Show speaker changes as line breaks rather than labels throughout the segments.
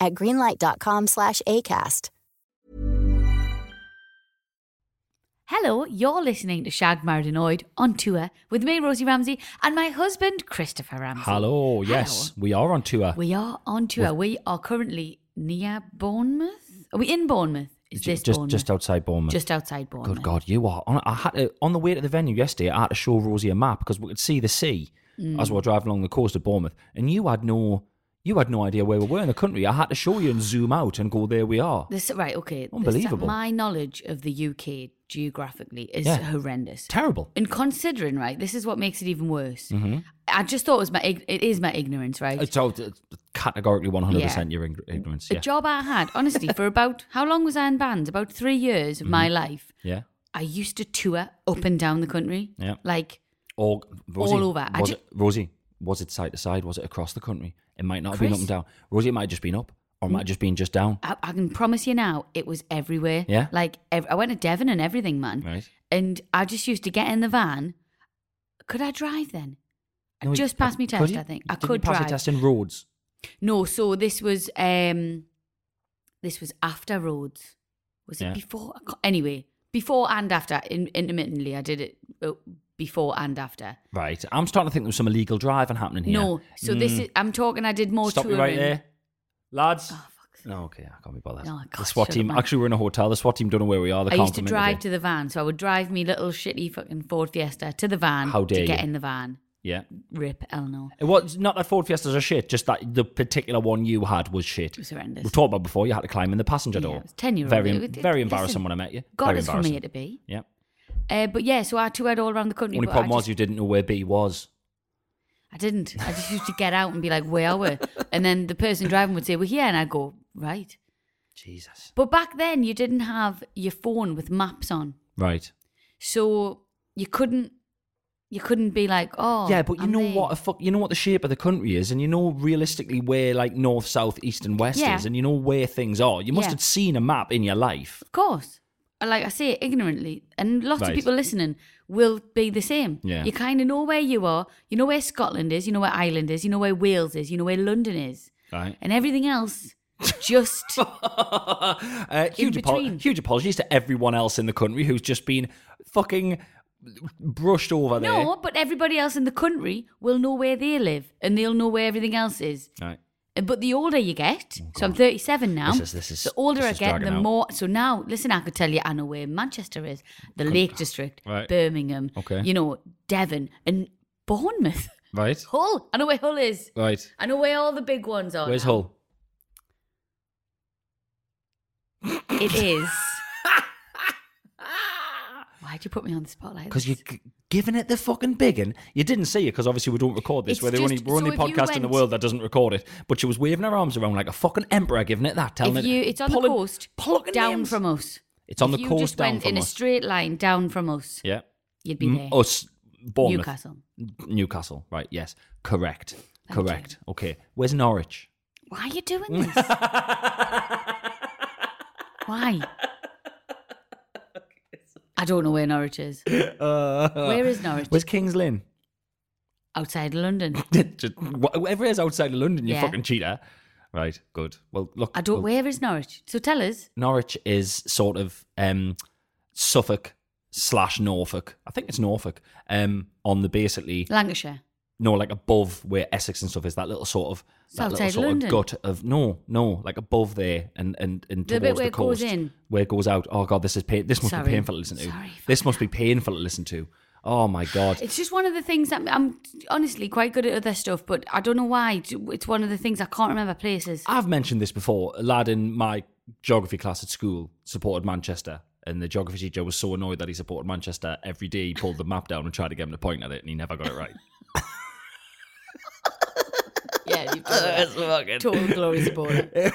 at greenlight.com slash ACAST.
Hello, you're listening to Shag Married Annoyed on tour with me, Rosie Ramsey, and my husband, Christopher Ramsey.
Hello, yes, we are on tour.
We are on tour. We are currently near Bournemouth. Are we in Bournemouth? Is
Ju-
this
just,
Bournemouth?
just outside Bournemouth.
Just outside Bournemouth.
Good God, you are. On, I had to, on the way to the venue yesterday, I had to show Rosie a map because we could see the sea as we
Mm.
were driving along the coast of Bournemouth, and you had no, you had no idea where we were in the country. I had to show you and zoom out and go there we are.
This right, okay. this-
Unbelievable.
my knowledge of the UK geographically is
Yeah.
horrendous.
Terrible.
and considering, right, this is what makes it even worse. I just thought it was my ig- it is my ignorance, right?
Mm-hmm. It's all it's categorically one hundred percent
Yeah.
your ing- ignorance.
a
Yeah,
job I had, honestly, for about how long was I in bands? About three years of
Mm-hmm.
my life.
yeah.
I used to tour up and down the country.
Yeah.
Like
Or Rosie,
All over. I
Was
ju-
it, Rosie, was it side to side? Was it across the country? It might not have been
Chris?
up
Mm.
and down. Rosie, it might have just been up, or it might have just been just down.
I, I can promise you now, it was everywhere.
Yeah.
Like ev- I went to Devon and everything, man.
Right.
And I just used to get in the van. Could I drive then? I
No, you-
just passed me
could
test,
you?
I think. I
Didn't you
could
pass
drive.
a test in Rhodes.
No, so this was um this was after Rhodes. Was it
Yeah.
before? I ca- Anyway, before and after. In, intermittently, I did it uh, before and after.
Right. I'm starting to think there was some illegal driving happening here.
No, so this
Mm.
is. I'm talking. I did more
Stop you
touring.
right there. Lads.
Oh, fuck's
No, okay, I can't be bothered.
No, I
the
can't,
SWAT
shut
team.
up, man.
Actually, we're in a hotel. The SWAT team don't know where we are. They
I
can't
used to
come in
drive
today.
to the van, so I would drive me little shitty fucking Ford Fiesta to the van
How
to
dare
get
you.
in the van.
Yeah.
Rip Elno.
It was not that Ford Fiestas are shit. Just that the particular one you had was shit.
It was horrendous.
We've talked about before. You had to climb in the passenger
Yeah,
door.
it was 10-year-old.
Very,
It- it-
very
listen,
embarrassing when I met you.
God
very
is from
embarrassing.
here to be.
Yeah.
Uh, but yeah, so I toured all around the country.
Only
but
problem
I
was
just-
you didn't know where B was.
I didn't. I just used to get out and be like, where are we? And then the person driving would say, we're here. And I'd go, right.
Jesus.
But back then, you didn't have your phone with maps on.
Right.
So you couldn't. You couldn't be like, oh,
yeah, but you
I'm
know
there.
what a fuck. You know what the shape of the country is, and you know realistically where like north, south, east, and west
Yeah.
is, and you know where things are. You must
Yeah.
have seen a map in your life.
Of course. And Like I say it ignorantly, and lots
Right.
of people listening will be the same.
Yeah.
You kind of know where you are. You know where Scotland is. You know where Ireland is. You know where Wales is. You know where London is.
Right.
And everything else, just
uh, huge, apo-
between.
huge apologies to everyone else in the country who's just been fucking brushed over there.
no. But everybody else in the country will know where they live, and they'll know where everything else is.
Right.
And- But the older you get, so I'm 37 now.
Oh, This is- this is-
the older
this
I
is
get,
dragging
the
out.
more. So now, listen, I could tell you, I know where Manchester is, the Lake District,
Right.
Birmingham,
Okay.
you know, Devon, and Bournemouth.
Right.
Hull. I know where Hull is.
Right.
I know where all the big ones are.
Where's
now.
Hull?
It is. Why'd you put me on the spotlight?
Because you're g- giving it the fucking big one. You didn't see it because obviously we don't record this.
It's
we're the only,
just-
we're only
so if you
podcast in the
went-
world that doesn't record it. But she was waving her arms around like a fucking emperor, giving it that, telling
if
it.
you, it's on
pulling-
the coast,
plucking
down
names.
from us.
It's on
if
the
you
coast
just
down
went
from
in
us.
a straight line down from us,
Yeah.
you'd be
Mm,
there.
Us, Bournemouth.
Newcastle.
Newcastle, right? Yes, correct,
Thank you.
correct. Okay, where's Norwich?
Why are you doing this? Why? I don't know where Norwich is. where is Uh. Norwich?
Uh, Where's Kings Lynn?
Outside London.
Just, wh- whoever is outside of London, you
Yeah.
fucking cheater. Right, good. Well, look,
I don't.
well,
Where is Norwich? So tell us.
Norwich is sort of um, Suffolk slash Norfolk. I think it's Norfolk um, on the basically
Lancashire.
no, like above where Essex and stuff is, that little sort of that little
Outside
sort
London.
of gut of no, no, like above there and and and
The
towards
bit where
the
it goes
coast,
in.
where it goes out. Oh god, this is pain. This must
Sorry.
be painful to listen to.
Sorry,
this must be painful to listen to. Oh my god,
It's just one of the things that I'm honestly quite good at other stuff, but I don't know why. It's one of the things I can't remember places.
I've mentioned this before. A lad in my geography class at school supported Manchester, and the geography teacher was so annoyed that he supported Manchester every day. He pulled the map down and tried to get him to point at it, and he never got it right.
yeah, you've total glory supporter.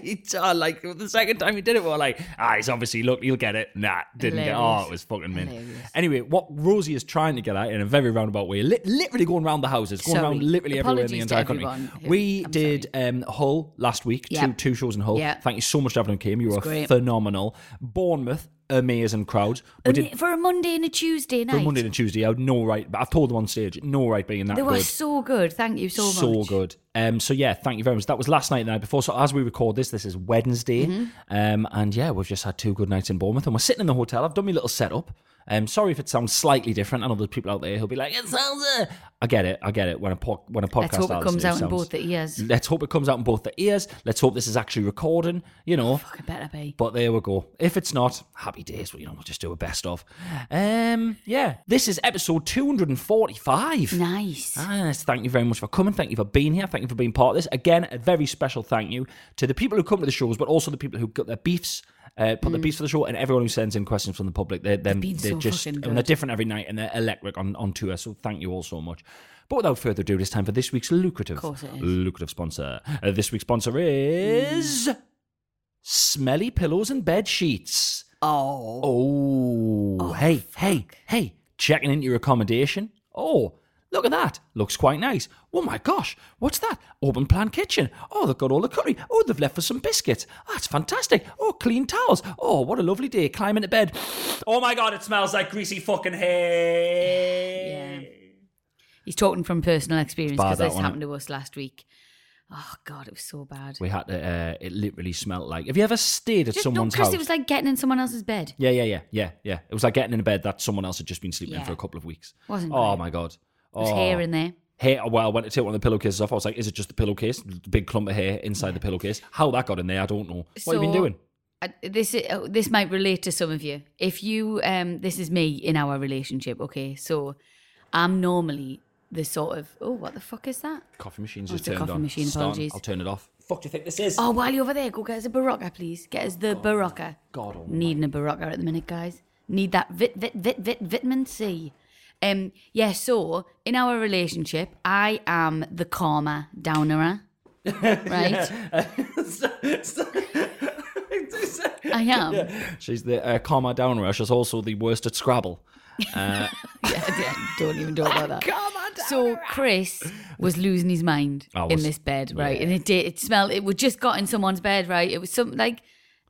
It's, uh, like the second time he did it, we were like, ah, he's obviously look, he'll get it. Nah, didn't get. Oh,
Hilarious.
it was fucking min.
Hilarious.
Anyway, what Rosie is trying to get at in a very roundabout way, li- literally going round the houses, going
Sorry.
round literally everywhere in the
Apologies to
entire country.
everyone who-
we
I'm
did um, Hull last week, two
Yeah.
two shows in Hull.
Yeah.
Thank you so much to everyone who came. You were
great.
phenomenal. Bournemouth, amazing crowd. We
And
did.
for a Monday and a Tuesday night.
For Monday and Tuesday, I had no right. But I've told them on stage, no right being that
they were
good
so good. Thank you so much.
good. Um, so yeah, thank you very much. That was last night, the night before. So as we record this, this is Wednesday,
Mm-hmm.
um, and yeah, we've just had two good nights in Bournemouth, and we're sitting in the hotel. I've done my little setup. Um, sorry if it sounds slightly different. I know there's people out there who'll be like, "It sounds." Uh. I get it. I get it. When a po- when a podcast
Let's hope it
artist
comes out in
sounds-
both the ears.
Let's hope it comes out in both the ears. Let's hope this is actually recording. You know,
Fuck, it better be.
but there we go. If it's not, happy days. Well, you know, we'll just do a best of. Um, yeah, this is episode two hundred and forty-five.
Nice.
Ah, yes, thank you very much for coming. Thank you for being here. Thank you for being part of this. Again, a very special thank you to the people who come to the shows, but also the people who got their beefs, uh, put their beefs for the show, and everyone who sends in questions from the public. They're, they're,
Mm. been
they're
so
just
fucking
and they're
good.
different every night, and they're electric on, on tour. So thank you all so much. But without further ado, it's time for this week's lucrative,
course it is.
lucrative sponsor. Uh, this week's sponsor is
Mm.
Smelly Pillows and Bed Sheets.
Oh.
Oh, hey, hey, hey, checking into your accommodation. Oh, look at that. Looks quite nice. Oh my gosh, what's that? Open plan kitchen. Oh, they've got all the curry. Oh, they've left for some biscuits. That's fantastic. Oh, clean towels. Oh, what a lovely day. Climb into bed. Oh my god, it smells like greasy fucking hay.
Yeah. He's talking from personal experience
bad,
because
that
this
one.
happened to us last week. Oh, God, it was so bad.
We had to, uh, it literally smelled like. Have you ever stayed at
Just, no,
someone's
Chris,
house?
it was like getting in someone else's bed.
Yeah, yeah, yeah, yeah, yeah. It was like getting in a bed that someone else had just been sleeping in
Yeah.
for a couple of weeks.
Wasn't
Oh
great.
my god.
It was
oh.
hair in there.
hair. Well, I went to take one of the pillowcases off. I was like, is it just the pillowcase? The big clump of hair inside the pillowcase. How that got in there, I don't know. What have you been
So-
doing?
I- this uh, this might relate to some of you. If you um this is me in our relationship, okay? So I'm normally the sort of oh what the fuck is that?
Coffee machine's
Oh,
just
it's a
turned
coffee
on.
machine,
It's starting.
apologies.
I'll turn it off. Fuck, do you think this is?
Oh, while you're over there, go get us a barocca, please. Get us the barocca.
God almighty.
Needing a barocca at the minute, guys. Need that vit vit vit vit vitamin C. Um yeah, so in our relationship, I am the calmer downerer. Right? I am.
She's the uh, calmer down rush. She's also the worst at Scrabble.
Yeah, don't even talk about that. So Chris was losing his mind
I was.
in this bed, right? And it did. It smelled. It was just got in someone's bed, right? It was some like.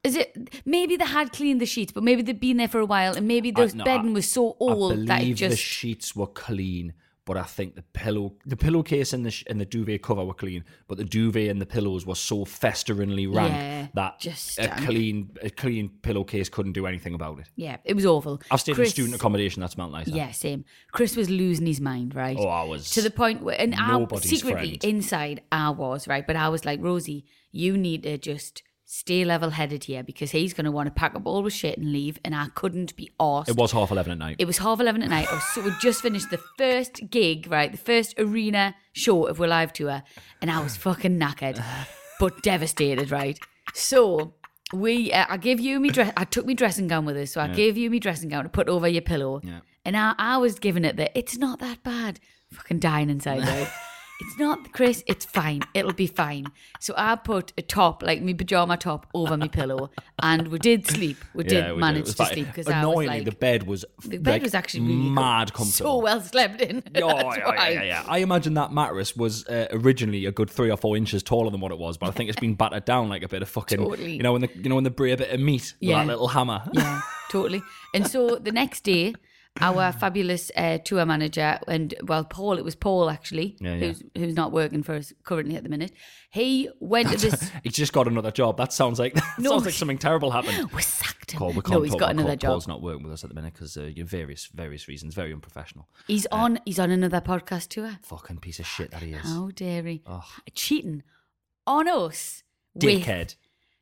Is it maybe they had cleaned the sheets, but maybe they'd been there for a while, and maybe the
no,
bedding was so
I
old
believe
that it
the
just
sheets were clean, but I think the pillow, the pillowcase and the sh- and the duvet cover were clean, but the duvet and the pillows were so festeringly rank
Yeah,
that
just
a
stank.
clean a clean pillowcase couldn't do anything about it.
yeah, it was awful.
I've stayed
Chris-
in student accommodation that smelled like that.
Yeah, same. Chris was losing his mind, right?
Oh, I was
to the point where, and I
nobody's
secretly
friend.
inside I was right, but I was like, Rosie, you need to just stay level headed here because he's going to want to pack up all his shit and leave, and I couldn't be arsed.
It was half eleven at night.
It was half eleven at night. I was so, we just finished the first gig, right? The first arena show of We're Live tour, and I was fucking knackered, but devastated, right? So we, uh, I gave you me dress. I took me dressing gown with us, so I gave you me dressing gown to put over your pillow, and I, I was giving it that it's not that bad. Fucking dying inside, right? It's not, Chris. It's fine. It'll be fine. So I put a top, like me pajama top, over my pillow, and we did sleep. We
it
did
was- it
manage
was
to
fine.
sleep because I
annoyingly
was like,
the bed was
the
like,
bed was actually really good.
mad
So
comfortable.
well slept in.
Yeah,
That's
yeah, yeah,
why.
yeah, yeah. I imagine that mattress was uh, originally a good three or four inches taller than what it was, but I think it's been battered down like a bit of fucking,
Totally.
you know, when the you know when the bray a bit of meat, with
Yeah.
that little hammer.
Yeah, totally. And so the next day, our fabulous uh, tour manager and well, Paul. It was Paul actually,
Yeah, yeah.
who's who's not working for us currently at the minute. He went to this.
He's just got another job. That sounds like that
No.
sounds like something terrible happened.
We're sacked. acting.
Paul, we can't
no, he's
Paul-
got
Paul-
another job.
Paul's not working with us at the minute because uh, you know, various various reasons, very unprofessional.
He's on. He's on another podcast tour.
Fucking piece of shit that he is.
How dare he?
Ugh.
Cheating on us. with-
Dickhead.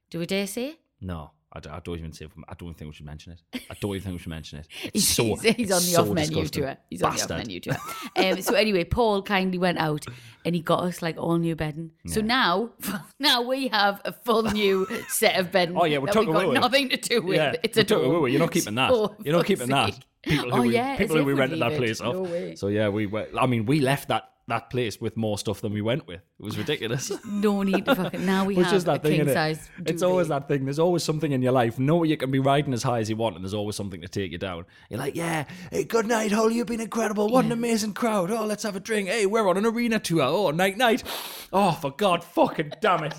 do we dare say? it?
No, I, d- I don't even say. I don't even think we should mention it. I don't even think we should mention it. It's
He's,
so,
he's, he's
it's
on the
so
off menu
disgusting.
to it. He's
Bastard.
on the off menu to it. Um, so anyway, Paul kindly went out and he got us like all new bedding. So
Yeah.
now, now we have a full new set of bedding.
Oh, yeah, we
that
took
we've got
away.
nothing to do with.
Yeah,
It's
we
a
took away. You're not keeping that. You're not keeping that. People who
oh
we,
yeah,
people
as
who
if
we
we'd
rented that
leave it.
place off.
No way.
So yeah, we. Went, I mean, we left that that place with more stuff than we went with. It was ridiculous.
No need to fucking. Now we
It's
have
just that
a
thing,
king
innit?
size.
It's always that thing. There's always something in your life. No, you can be riding as high as you want, and there's always something to take you down. You're like, yeah, hey, good night, Holly. You've been incredible. What an amazing crowd. Oh, let's have a drink. Hey, we're on an arena tour. Oh, night, night. Oh, for God, fucking damn it.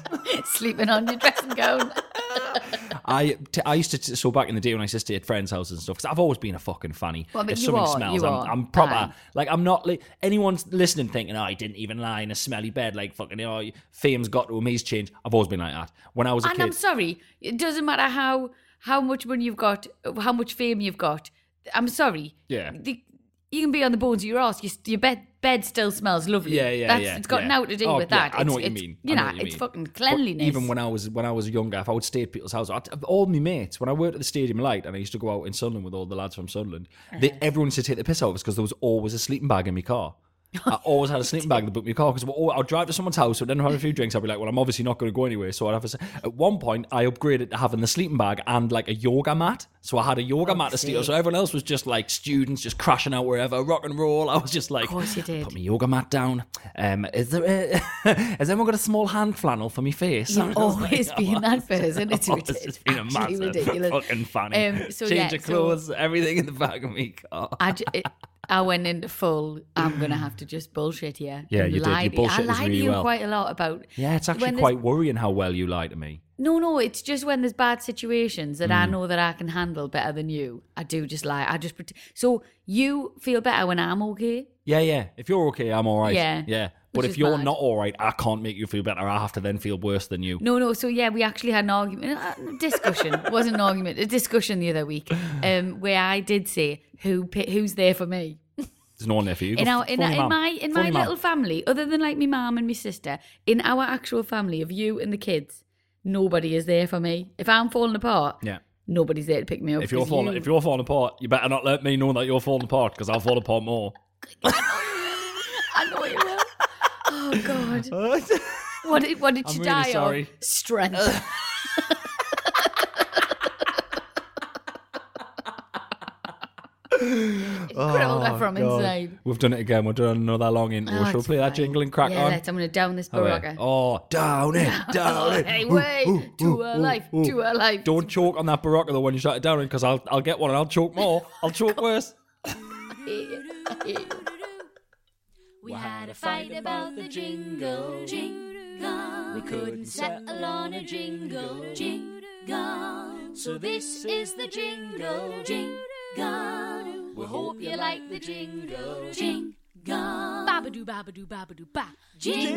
sleeping on your dressing gown.
I, t- I used to t- so back in the day when I used to stay at friends' houses and stuff because I've always been a fucking fanny.
Well, but
if
you
something
are,
smells,
you
I'm,
are.
I'm proper
Aye.
like I'm not li- anyone's listening thinking oh, I didn't even lie in a smelly bed like fucking oh fame's got to him he's changed. I've always been like that when I was a
and
kid.
I'm sorry, it doesn't matter how how much money you've got, how much fame you've got. I'm sorry.
Yeah.
The, you can be on the bones of your ass. Your, your bed bed still smells lovely.
Yeah, yeah,
That's,
yeah,
It's got
yeah.
now to do
Oh,
with
yeah,
that.
I know
It's-
what you
it's-
mean. I
You
know
know,
what you
it's
mean.
fucking
But
cleanliness.
even when I was when I was younger, if I would stay at people's houses, I'd, all my mates when I worked at the Stadium Light and I used to go out in Sunderland with all the lads from Sunderland, they,
Uh-huh.
everyone used to take the piss out of us because there was always a sleeping bag in my car. I always had a sleeping bag in the book of my car because I'll drive to someone's house and then have a few drinks. I'll be like, well, I'm obviously not going to go anywhere. So I'd have a, s- at one point I upgraded to having the sleeping bag and like a yoga mat. So I had a yoga
Oh,
mat to steal. So everyone else was just like students, just crashing out wherever, rock and roll. I was just like,
course you did.
put my yoga mat down. Um, is there? A, has anyone got a small hand flannel for me face?
You've
I was like,
always been that person. It's
I've always
ridiculous.
been a
Actually
massive
ridiculous.
Fucking funny.
Um, so,
Change
yeah,
of
so-
clothes, everything in the back of me car.
I, ju- it, I went into full. I'm gonna have to just bullshit here.
Yeah,
and
you did.
lie
You
to I
bullshitted us
lie to
really
you
well.
quite a lot about.
yeah, it's actually
when there's
quite worrying how well you lie to me.
No, no, it's just when there's bad situations that I
Mm.
know that I can handle better than you. I do just lie. I just pretend. So you feel better when I'm okay.
Yeah, yeah. If you're okay, I'm all right.
Yeah.
yeah. But
Which
if
is
you're
mad.
not all right, I can't make you feel better. I have to then feel worse than you.
No, no. So yeah, we actually had an argument, a discussion. It wasn't an argument, a discussion the other week, um, where I did say who pi- who's there for me.
There's no one there for you.
in
Go,
our in,
phone your
in
mum.
my in
Phone
my
your mum.
little family, other than like my mum and my sister, in our actual family of you and the kids, nobody is there for me. If I'm falling apart,
Yeah.
nobody's there to pick me up.
If you're
'cause
falling,
you-
if you're falling apart, you better not let me know that you're falling apart because I'll fall apart more.
I know you will. Oh God. What did what did
I'm
you
really
die
sorry.
of? Strength. Incredible
Oh,
that from inside.
We've done it again. We've done another long intro.
Oh,
Shall we
it's
play that
fine.
jingle and crack
yeah,
on?
let's- I'm gonna down this
Oh, yeah.
baraka.
Oh, down it, down it.
hey, way to her life, to her life.
Don't choke on that baraka though when you shut it down because I'll I'll get one and I'll choke more. I'll choke worse.
We had a fight about the jingle, jingle. We couldn't settle on a jingle, jingle. So this is the jingle, jingle. We hope you like the jingle, jingle. Babadoo, babadoo, babadoo, ba. Jingle.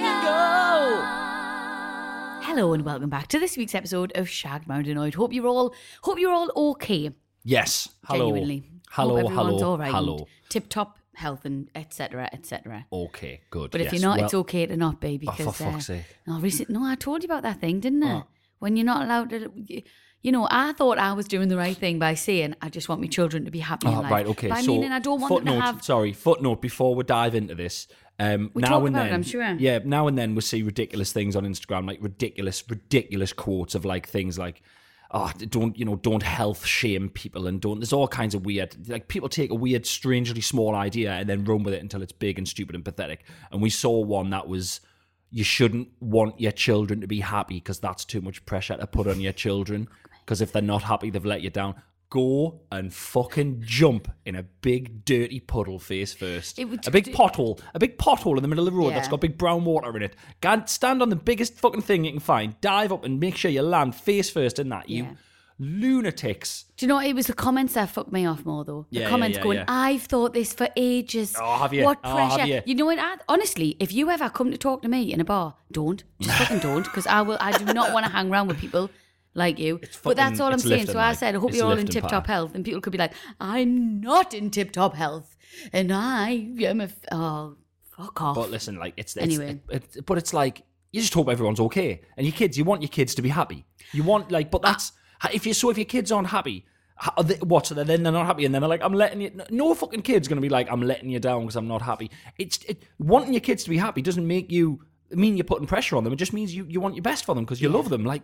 Hello and welcome back to this week's episode of Shagged Mountainoid. Hope you're all hope you're all okay.
Yes. Hello.
Genuinely.
Hello.
hope everyone's
hello.
all right.
Hello.
Tip top health and etc. etc.
Okay. Good.
But if
yes.
you're not, it's
Well, Oh,
okay to not be because.
for fuck's sake. Oh.
No, recent, no, I told you about that thing, didn't I? When you're not allowed to. You, you know, I thought I was doing the right thing by saying I just want my children to be happy in
Ah,
life.
right. Okay.
By
so
meaning I don't want
footnote.
them to have.
Sorry. Footnote. Before we dive into this, um,
We
now
talked
and
about it,
then,
I'm sure.
Yeah. Now and then we see ridiculous things on Instagram, like ridiculous, ridiculous quotes of like things like. Oh, don't you know? Don't health shame people, and don't. There's all kinds of weird. Like people take a weird, strangely small idea and then run with it until it's big and stupid and pathetic. And we saw one that was you shouldn't want your children to be happy because that's too much pressure to put on your children. Because if they're not happy, they've let you down. Go and fucking jump in a big dirty puddle face first.
It would-
a big pothole, a big pothole in the middle of the road that's
Yeah.
got big brown water in it. Can stand on the biggest fucking thing you can find. Dive up and make sure you land face first in that. You
Yeah.
lunatics.
Do you know what? it was the comments that fucked me off more though? The
Yeah, yeah,
comments
yeah,
going,
yeah.
I've thought this for ages.
Oh, have you?
What
Oh,
pressure?
have you?
know what? I, honestly, if you ever come to talk to me in a bar, don't just fucking don't, because I will. I do not want to hang around with people like you.
It's
but that's
fucking-
all I'm
it's
saying.
lifting,
So I
like,
said, I hope
it's
you're all in
lifting
tip top
power.
health. And people could be like, I'm not in tip top health. And I am a. F- oh, fuck off.
But listen, like it's, it's
Anyway.
it- it- but it's like you just hope everyone's okay, and your kids. You want your kids to be happy. You want like,
Ah.
but that's if you so if your kids aren't happy. how- are they- What? So then they're not happy, and then they're like, "I'm letting you." No fucking kid's gonna be like, "I'm letting you down because I'm not happy." It's it, wanting your kids to be happy doesn't make you mean you're putting pressure on them. It just means you, you want your best for them because you love them. Like,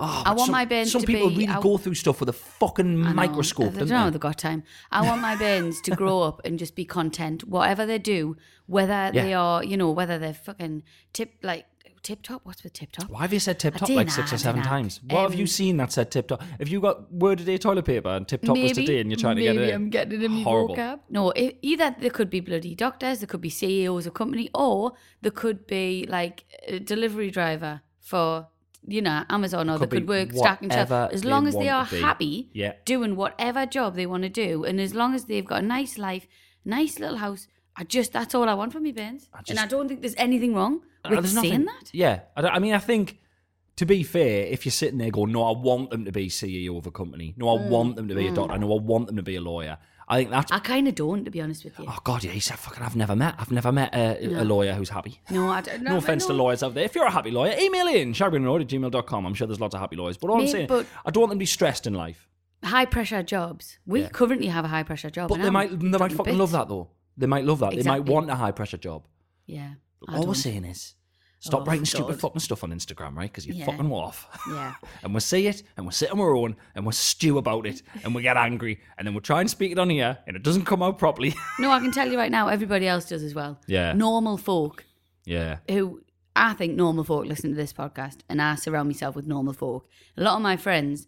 oh,
I
but
want
some,
my bins
Some
to
people
be-
really
I-
go through stuff with a fucking
I know.
microscope.
I
don't
don't
they?
know. They've got time. I want my bairns to grow up and just be content, whatever they do, whether
Yeah.
they are, you know, whether they're fucking tip like tip top. What's with tip top?
Why have you said tip
I
top
didn't
like six
know, I
or seven
didn't know.
times? What have you
Um,
seen that said tip top? Have you got word a day toilet paper and tip top was today and you're trying to get it?
Maybe
in?
I'm getting it in my
Horrible.
vocab. No, e- either there could be bloody doctors, there could be CEOs of company, or there could be like a delivery driver for you know Amazon, or
Could
they could
be
work stacking stuff.
whatever
As
they
long as they are
want to be.
happy,
Yeah.
doing whatever job they want to do, and as long as they've got a nice life, nice little house. I just that's all I want for me, Benz. and
just-
I don't think there's anything wrong
Uh,
with
there's
saying
nothing-
that.
Yeah. I, don't- I mean, I think, to be fair, if you're sitting there going, no, I want them to be CEO of a company. No, I want them to be a doctor. No, I want them to be a lawyer. I think that's.
Mm, I kind of don't, to be honest with you.
Oh God, yeah, he said, "Fucking, I've never met, I've never met a, a lawyer who's happy."
No, I don't.
No, offense to
no.
lawyers out there. If you're a happy lawyer, email in sharpinandaudit at gmail.com. I'm sure there's lots of happy lawyers, but all I'm
Maybe,
saying,
but-
I don't want them to be stressed in life.
high pressure jobs. We currently have a high pressure job,
But
and
they
I'm
might they might
dropping
fucking
bits.
love that though. They might love that. They might
Exactly.
want a high pressure job.
Yeah, I
All we're
don't.
saying is stop
Oh,
writing
God.
stupid fucking stuff on Instagram, right? Because you
Yeah.
fucking off.
Yeah.
and we see it, and we sit on our own, and we stew about it, and we get angry, and then we try and speak it on here, and it doesn't come out properly.
No, I can tell you right now, everybody else does as well.
Yeah.
normal folk
yeah.
who I think normal folk listen to this podcast, and I surround myself with normal folk. A lot of my friends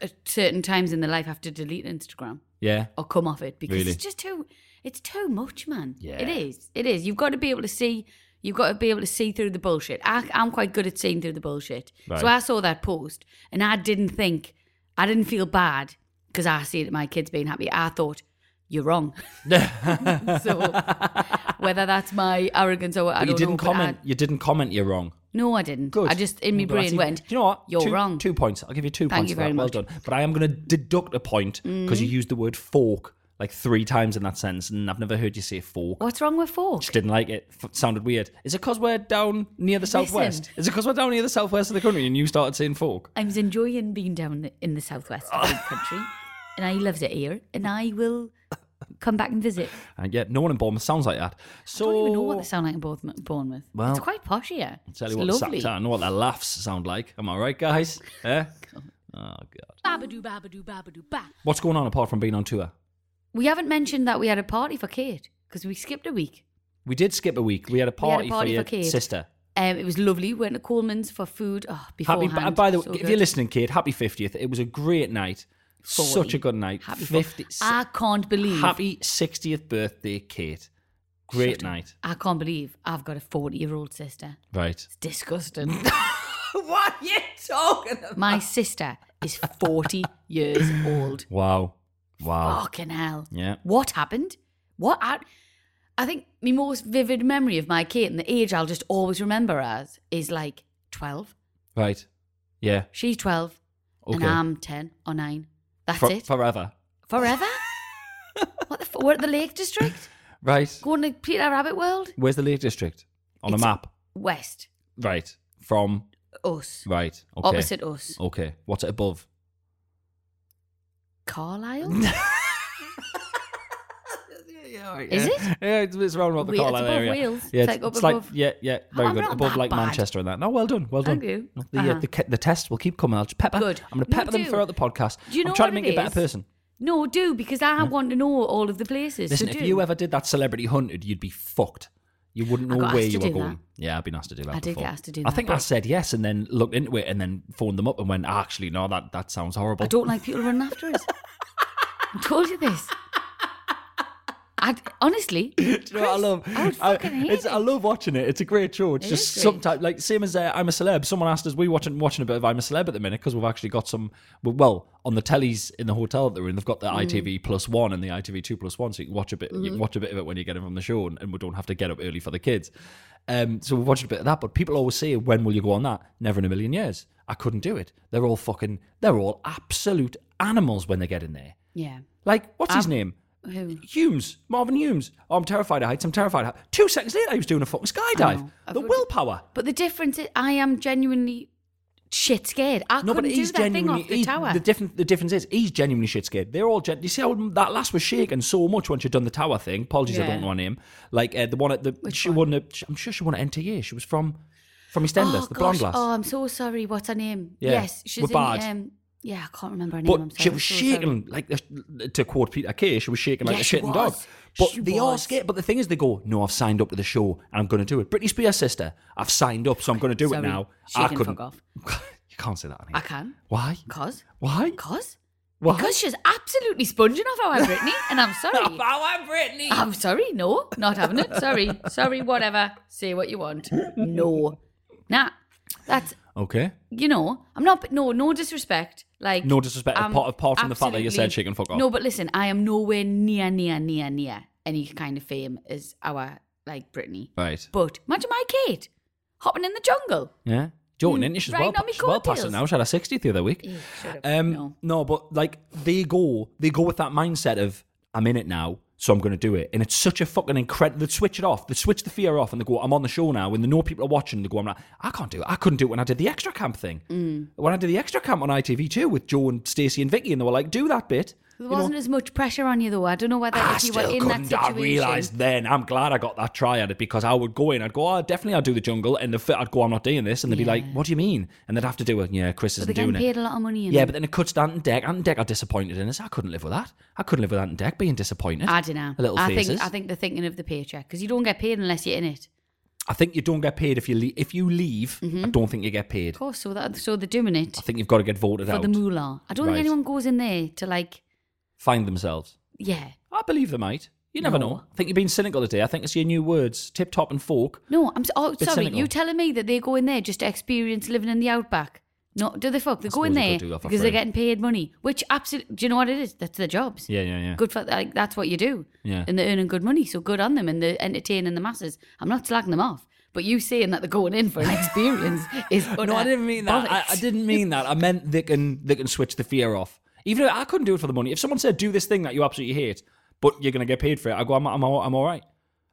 at certain times in their life have to delete Instagram
Yeah.
or come off it because
Really?
it's just too it's too much, man.
Yeah.
It is. It is. You've got to be able to see you've got to be able to see through the bullshit. I I'm quite good at seeing through the bullshit.
Right.
So I saw that post and I didn't think I didn't feel bad because I see it my kids being happy. I thought you're wrong. so whether that's my arrogance or what, I
But you
don't
didn't
know, but I-
comment. You didn't comment. You're wrong.
no, I didn't.
Good.
I just in my
Well, that's
brain
even-
went.
Do you know what?
You're
Two-
wrong.
Two points. I'll give you two
Thank
points
you
for
very
that.
much. Mm.
Well done. But I am going to deduct a point because you used the word fork like three times in that sentence, and I've never heard you say fork.
What's wrong with fork?
Just didn't like it. F- sounded weird. Is it because we're down near the southwest? Is it because we're down near the southwest of the country and you started saying fork?
I'm enjoying being down in the southwest of the country, and I loves it here, and I will come back and visit.
And yet, no one in Bournemouth sounds like that. So
I don't even know what they sound like in Bournemouth. Bournemouth.
Well,
it's quite posh here.
I'll tell
it's
you what,
lovely.
The, I know what their laughs sound like. Am I right, guys? Eh? oh God.
Babadoo, babadoo, babadoo, ba.
What's going on apart from being on tour?
We haven't mentioned that we had a party for Kate because we skipped a week.
We did skip a week. We had a
We had
party,
a party for
your
Kate.
sister.
Um, it was lovely. We went to Coleman's for food. Oh,
Happy,
beforehand.
by, by the way,
so
if
good.
you're listening, kid, happy 50th. It was a great night.
40.
Such a good night.
Happy Ah, for-
50,
I can't believe.
happy 60th birthday, Kate. Great
Shut up.
night.
I can't believe I've got a 40 year old sister.
Right.
It's disgusting.
what are you talking about?
My sister is 40 years old.
Wow. Wow.
Fucking hell.
Oh. Yeah.
What happened? What? I, I think my most vivid memory of my Kate and the age I'll just always remember as is like 12.
Right. Yeah.
She's 12 and
Okay.
I'm 10 or 9. That's
For-
it.
Forever.
Forever? what the f- We're at the Lake District?
Right.
Going to Peter Rabbit World?
Where's the Lake District? On
It's-
a map.
West.
Right. From.
Us.
Right. Okay.
Opposite us.
Okay. What's it above?
Carlisle? Is
Is
it?
Yeah, it's, it's around about the
Wait, it's
Carlisle
above
area.
Wales. It's
Yeah,
like up above-
yeah, yeah,
Oh,
very
I'm
good.
not
Above
that
like
bad.
Manchester and that. No, well done, well done.
Thank you.
No, The,
Uh-huh.
uh, the ca- the test will keep coming. I'll just pepper.
Good.
I'm going to pepper
No,
them
do.
throughout the podcast.
Do you know
I'm trying
what
to make
it
you a better
is?
person.
No, do because I want to know all of the places.
Listen,
so
if
do.
you ever did that celebrity hunted, you'd be fucked. You wouldn't
I
know
got
where
asked
you
to
were
do
going.
that.
Yeah, I've been asked to do that.
I did
before.
get asked to do
I
that,
think I
but-
said yes, and then looked into it, and then phoned them up, and went, "Actually, no, that that sounds horrible."
I don't like people running after us. I told you this. I, honestly,
Do you know what I love?
I would fucking hate
it's,
it.
I love watching it. It's a great show. It's
It
just
is great.
sometimes like same as uh, I'm a celeb. Someone asked us, we watching watching a bit of I'm a celeb at the minute because we've actually got some. Well, on the tellies in the hotel that we're in, they've got the
Mm.
ITV plus one and the ITV two plus one, so you can watch a bit.
Mm-hmm.
You can watch a bit of it when you get in from the show, and, and we don't have to get up early for the kids. Um, so we watched a bit of that. But people always say, when will you go on that? Never in a million years. I couldn't do it. They're all fucking. They're all absolute animals when they get in there.
yeah.
Like what's his
Um,
name?
Who?
Humes, Marvin Humes. Oh, I'm terrified of heights. I'm terrified of heights. Two seconds later, he was doing a fucking
Oh, I
skydive.
know. I've
The
already-
willpower.
But the difference is, I am genuinely shit scared. I
No, but
couldn't do
he's
that thing
genuinely.
off the
he-
tower.
The, different, the difference is he's genuinely shit scared. They're all. Gen- you see how that last was shaken so much once you'd done the tower thing. Apologies, I
Yeah.
don't know her name. Like uh, the one at the. she
one?
won. A, I'm sure she won an NTA. She was from from EastEnders,
oh,
the
gosh.
blonde lass.
Oh, I'm so sorry. What's her name?
Yeah,
Yes, she's
we're
in.
bad.
Um, yeah, I can't remember her name.
But
I'm sorry.
she was
I'm so
shaking
sorry.
like the- to quote Peter Kay, she was shaking like
Yeah,
a
she
shitting dog.
was.
But
She
they are
was.
scared. But the thing is, they go, "No, I've signed up to the show, and I'm going to do it." Britney Spears' sister, I've signed up, so I'm going to do
Sorry.
it now.
She
I
can
couldn't.
fuck
you can't say that. on here.
I can.
Why?
Cause?
Why?
Cause?
Why?
Because she's absolutely sponging off our Britney, and I'm sorry.
I'm Britney.
I'm sorry, no, not having it. Sorry, sorry, whatever. Say what you want. No, nah, that's
Okay.
you know, I'm not. No, no disrespect. Like
No disrespect, apart- apart from the fact that you said
absolutely-
she can fuck off.
No, but listen, I am nowhere near, near, near, near any kind of fame as our like Britney.
Right.
But imagine my Kate hopping in the jungle.
Yeah. Jordan Innes she's
Mm. Right
well,
on me
she's well past it
coattails.
now. She had a 60th the other week.
shut up.
Um,
No.
but like they go, they go with that mindset of I'm in it now, so I'm going to do it, and it's such a fucking incredible. They switch it off, they switch the fear off, and they go, I'm on the show now. When they know people are watching, they go, I'm like, I can't do it. I couldn't do it when I did the extra camp thing.
Mm.
When I did the extra camp on ITV two with Joe and Stacey and Vicky, and they were like, do that bit.
There wasn't as much pressure on you though. I don't know whether
I
if you
Ah, still
were in that
couldn't. I
situation.
realised then. I'm glad I got that try at it because I would go in. I'd go, oh, definitely I'll do the jungle. And the fit, I'd go, I'm not doing this. And they'd be like, what do you mean? And they'd have to do it. Yeah, Chris
but they're
isn't
getting
doing
paid
it.
a lot of money.
Yeah, but then it cuts to Ant and Deck. Ant and Deck are disappointed in us. I couldn't live with that. I couldn't live with Ant and Deck being disappointed.
I don't know.
The Little
I
faces.
think I think they're thinking of the paycheck because you don't get paid unless you're in it.
I think you don't get paid if you leave. If you leave, I don't think you get paid.
Mm-hmm. Of course, so that so they're doing it
I think you've got to get voted
for
out.
the moolah. I don't
Right.
think anyone goes in there to like
Find themselves.
yeah.
I believe they might. You never
No.
know. I think you've been cynical today. I think it's your new words, tip top and fork.
No, I'm s- oh,
Bit
sorry.
cynical.
You telling me that they go in there just to experience living in the outback? No, do they fuck? They
I
go in
suppose you
there
could do that
because
for
they're
free.
getting paid money, which absolutely. Do you know what it is? That's their jobs.
Yeah, yeah, yeah.
Good for like that's what you do.
Yeah.
And they're earning good money, so good on them, and they're entertaining the masses. I'm not slagging them off, but you saying that they're going in for an experience is
no, I didn't mean that. I, I
bollocks.
didn't mean that. I meant they can they can switch the fear off. Even if I couldn't do it for the money. If someone said do this thing that you absolutely hate, but you're gonna get paid for it, I go, I'm I'm all, I'm all right.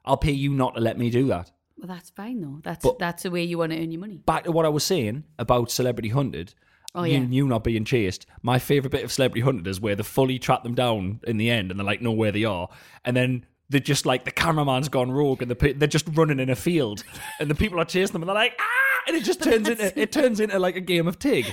I'll pay you not to let me do that.
Well, that's fine though. That's
But-
that's the way you want to earn your money.
Back to what I was saying about Celebrity Hunted.
Oh,
you,
yeah.
you not being chased. My favorite bit of Celebrity Hunted is where they fully trap them down in the end, and they're like know where they are, and then. They're just like the cameraman's gone rogue, and the pe- they're just running in a field, and the people are chasing them, and they're like ah, and it just turns into it turns into like a game of tig.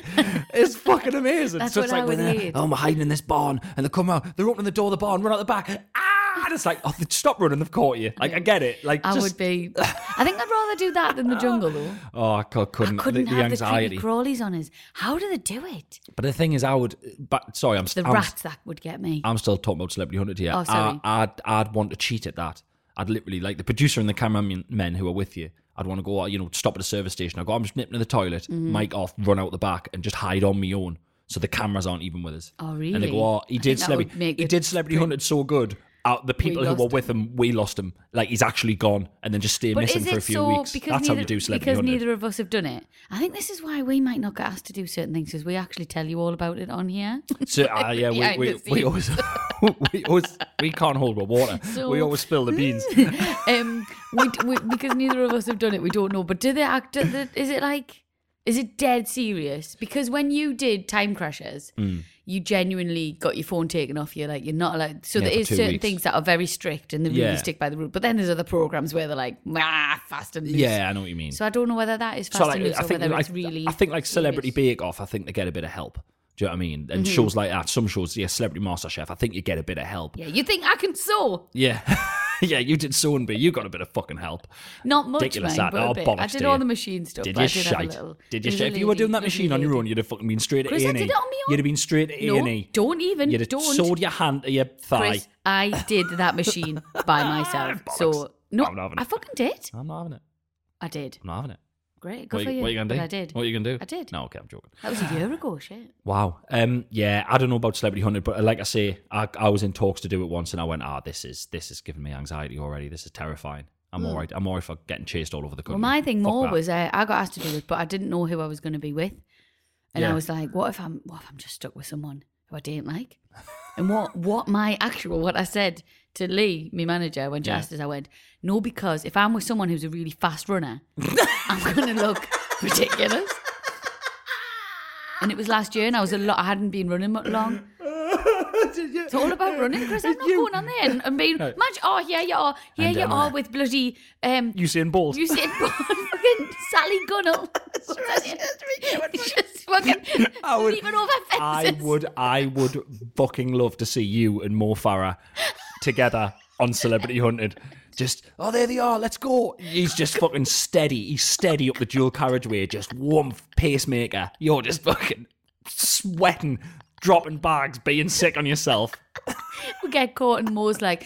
It's fucking amazing.
That's
so it's
what
like
I
when
would
they're,
hate.
oh, we're hiding in this barn, and they come out, they're opening the door of the barn, run out the back, ah, and it's like oh, stop running, they've caught you. Like I get it. Like
I
just-
would be. I think I'd rather do that than the jungle though.
Oh, I cou-
I
couldn't.
couldn't
the,
have
the anxiety.
the creepy crawlies on us. How do they do it?
But the thing is, I would. But sorry, I'm.
It's the
I'm,
rats that would get me.
I'm still talking about Celebrity Hunted here.
Oh, sorry.
I, I'd, I'd want to cheat at that. I'd literally, like the producer and the cameramen men who are with you, I'd want to go, you know, stop at a service station. I go, I'm just nipping to the toilet,
Mm-hmm.
mic off, run out the back, and just hide on my own. So the cameras aren't even with us.
Oh,
And they
really?
go, oh, he
I think
did
that would
Celebrity,
make
he
it
did Celebrity Hunted so good. Uh, the people who
lost
were with him, we lost him. Like he's actually gone, and then just stay
but
missing
is
for a
it
few
so
weeks.
because
That's
neither,
how you do Celebrity
because
Hunted.
neither of us have done it? I think this is why we might not get asked to do certain things because we actually tell you all about it on here.
So uh, yeah, we,
Behind
we,
the
we
scenes.
always we always we can't hold our water. we
So-
always spill the beans.
um, we, d- we, because neither of us have done it, we don't know. But do they act? Do they, is it like? Is it dead serious? Because when you did Time Crashers,
Mm.
you genuinely got your phone taken off you. Like you're not allowed. So
Yeah,
there
for
is
two
certain
weeks.
things that are very strict and they really
Yeah.
stick by the rule. But then there's other programs where they're like, ah, fast and loose.
yeah, I know what you mean.
So I don't know whether that is fast and loose or whether
like,
it's really.
I think like Celebrity
serious.
Bake Off, I think they get a bit of help. Do you know what I mean? And
Mm-hmm.
shows like that, some shows, yeah, Celebrity MasterChef, I think you get a bit of help.
Yeah, you think I can sew?
Yeah. yeah, you did Sownby. You got a bit of fucking help.
Not much,
Ridiculous
mate,
that.
but a
Oh,
bit. I
bollocks
did
to
all
you.
the machine stuff.
Did
but
you
I did have a
shite?
little-
Did
it
you
was
shit?
a
If you were doing that
lady-
machine on
lovely
your own,
lady.
you'd have fucking been straight to
Chris,
A
I
and E.
did it on my own.
You'd have been straight to A and
No,
E.
don't even.
You'd have
don't.
sewed your hand to your thigh.
Chris, I did that machine by myself. so
Bollocks.
no,
I'm not having
I
it.
fucking did.
I'm not having it.
I did.
I'm not having it.
Great. Good
What,
for
you,
you.
what you gonna
But
do?
I did.
What are you gonna do?
I did.
No, okay, I'm joking.
That was a year ago. Shit.
Wow. Um. Yeah, I don't know about Celebrity Hundred, but like I say, I, I was in talks to do it once, and I went, "Ah, this is this is giving me anxiety already. This is terrifying. I'm alright. I'm alright for getting chased all over the country.
Hmm. Well, my thing
Fuck
more
that.
was uh, I got asked to do this, but I didn't know who I was going to be with, and I
Yeah.
was like, "What if I'm? What if I'm just stuck with someone who I didn't like?" and what what my actual what I said to Lee, my manager, when she
Yeah.
asked us, I went, "No, because if I'm with someone who's a really fast runner, I'm going to look ridiculous." And it was last year, and I was a lot. I hadn't been running much long. It's all about running, Chris. I'm not going on there and, and being,
No.
Madge, oh, here you are. Here
And,
you
um,
are with bloody um,
Usain Bolt.
you said fucking Sally Gunnell. just fucking
I would,
leaping over fences.
I would, I would fucking love to see you and Mo Farah together on Celebrity Hunted. Just, oh, there they are, let's go. He's just fucking steady. He's steady up the dual carriageway, just one pacemaker. You're just fucking sweating, dropping bags, being sick on yourself.
We get caught, and Mo's like,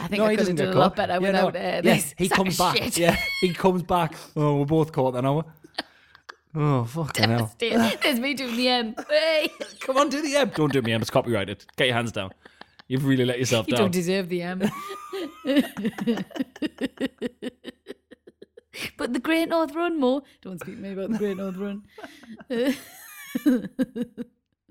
I think I could have done a lot better
Yeah,
without
no.
uh,
Yeah,
this.
he
sack of
comes back.
Shit.
Yeah, he comes back. Oh, we're both caught then, are we? Oh, fucking hell.
There's me doing the M. Hey,
Come on, do the M. Don't do me M. It's copyrighted. Get your hands down. You've really let yourself
you
down.
don't deserve the M. but the Great North Run, Mo. Don't speak to me about the Great North Run.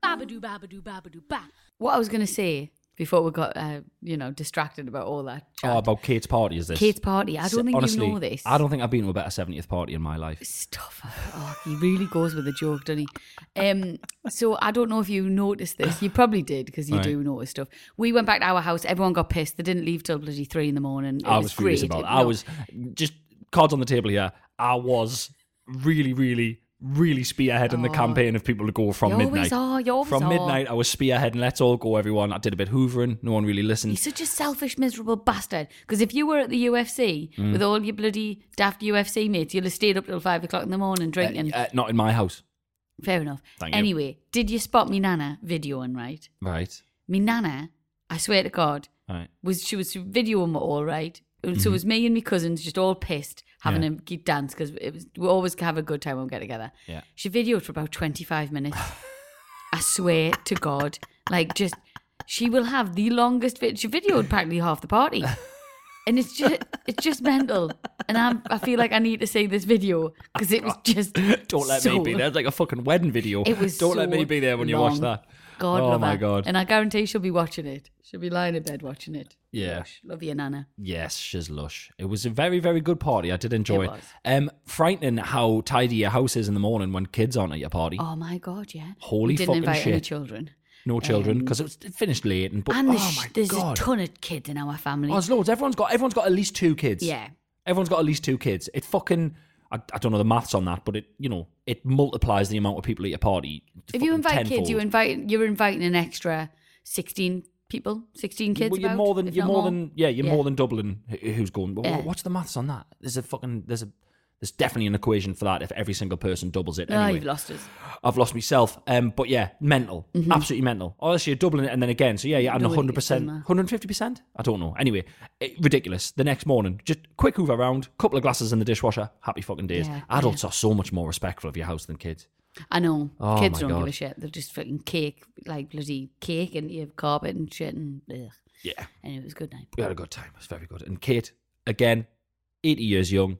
Babadoo, babadoo, babadoo, ba.
What I was going to say before we got, uh, you know, distracted about all that. Chat.
oh, about Kate's party is this?
Kate's party. I don't think
Honestly,
you know this.
I don't think I've been to a better seventieth party in my life.
stuff. Oh, he really goes with a joke, doesn't he? Um, so I don't know if you noticed this. You probably did because you
Right.
do notice stuff. We went back to our house. Everyone got pissed. They didn't leave till bloody three in the morning. It
I
was,
was, furious
great.
about. It.
It-
I
no,
was just cards on the table here. I was really, really, really spearheading the campaign of people to go from
You Oh. always
midnight.
are, you always
from
are.
midnight, I was spearheading. Let's all go, everyone. I did a bit hoovering. No one really listened.
He's such a selfish, miserable bastard. Because if you were at the UFC
Mm.
with all your bloody daft UFC mates, you'll have stayed up till five o'clock in the morning drinking.
Uh, not in my house,
Fair enough.
Thank you.
anyway, did you spot me nana videoing right?
right?
Me nana, I swear to God,
Right.
was she was videoing it all right. And
Mm-hmm.
So it was me and my cousins just all pissed having a geek dance because it was we always have a good time when we get together.
Yeah.
She videoed for about twenty five minutes. I swear to God, like just she will have the longest vid. She videoed practically half the party, and it's just it's just mental. And I'm, I feel like I need to see this video because it was just
Don't let me
so
be there. It's like a fucking wedding video.
it was.
Don't let
so
me be there when you watch
long.
that.
God,
oh
love
my
her.
god.
And I guarantee she'll be watching it. She'll be lying in bed watching it.
Yeah.
Lush. love you, Nana.
Yes, she's lush. It was a very, very good party. I did enjoy
It
it.
was.
Um, frightening how tidy your house is in the morning when kids aren't at your party.
Oh my God, yeah.
Holy
we didn't
fucking
invite any
shit.
children.
no children because it was finished late. And but
um, and
oh
there's,
my
there's
god,
a ton of kids in our family.
Oh, there's loads. Everyone's got everyone's got at least two kids.
yeah.
everyone's got at least two kids. It fucking I, I don't know the maths on that, but it you know it multiplies the amount of people at your party.
If you
fucking
invite kids,
tenfold.
you invite you're inviting an extra sixteen people, sixteen kids.
Well, you're
about,
more than
if
you're
not
more than yeah you're
Yeah.
more than Dublin who's going well,
Yeah.
what's the maths on that there's a fucking there's a there's definitely an equation for that if every single person doubles it
No,
anyway
you've lost us.
I've lost myself. Um, but yeah, mental, absolutely mental. Honestly, you're doubling it and then again. So yeah, yeah, and
No, it- it
hundred
doesn't
percent,
matter.
hundred fifty percent. I don't know. Anyway, it, ridiculous. The next morning, just quick hoover around, couple of glasses in the dishwasher. Happy fucking days.
Yeah,
Adults are so much more respectful of your house than kids.
I know.
Oh,
kids
my
don't give a
God.
shit. They'll just fucking cake like bloody cake and your carpet and shit and ugh.
Yeah,
and it was a good night.
we had a good time. It was very good. And Kate, again, eighty years young,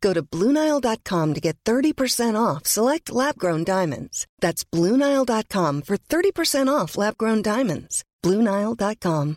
Go to Bluenile.com to get 30% off select lab grown diamonds. That's Bluenile.com for 30% off lab grown diamonds. Bluenile.com.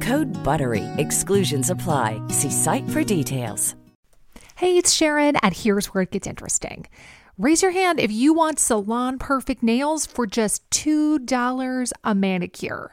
Code BUTTERY. Exclusions apply. See site for details.
Hey, it's Sharon, and here's where it gets interesting. Raise your hand if you want salon perfect nails for just $2 a manicure.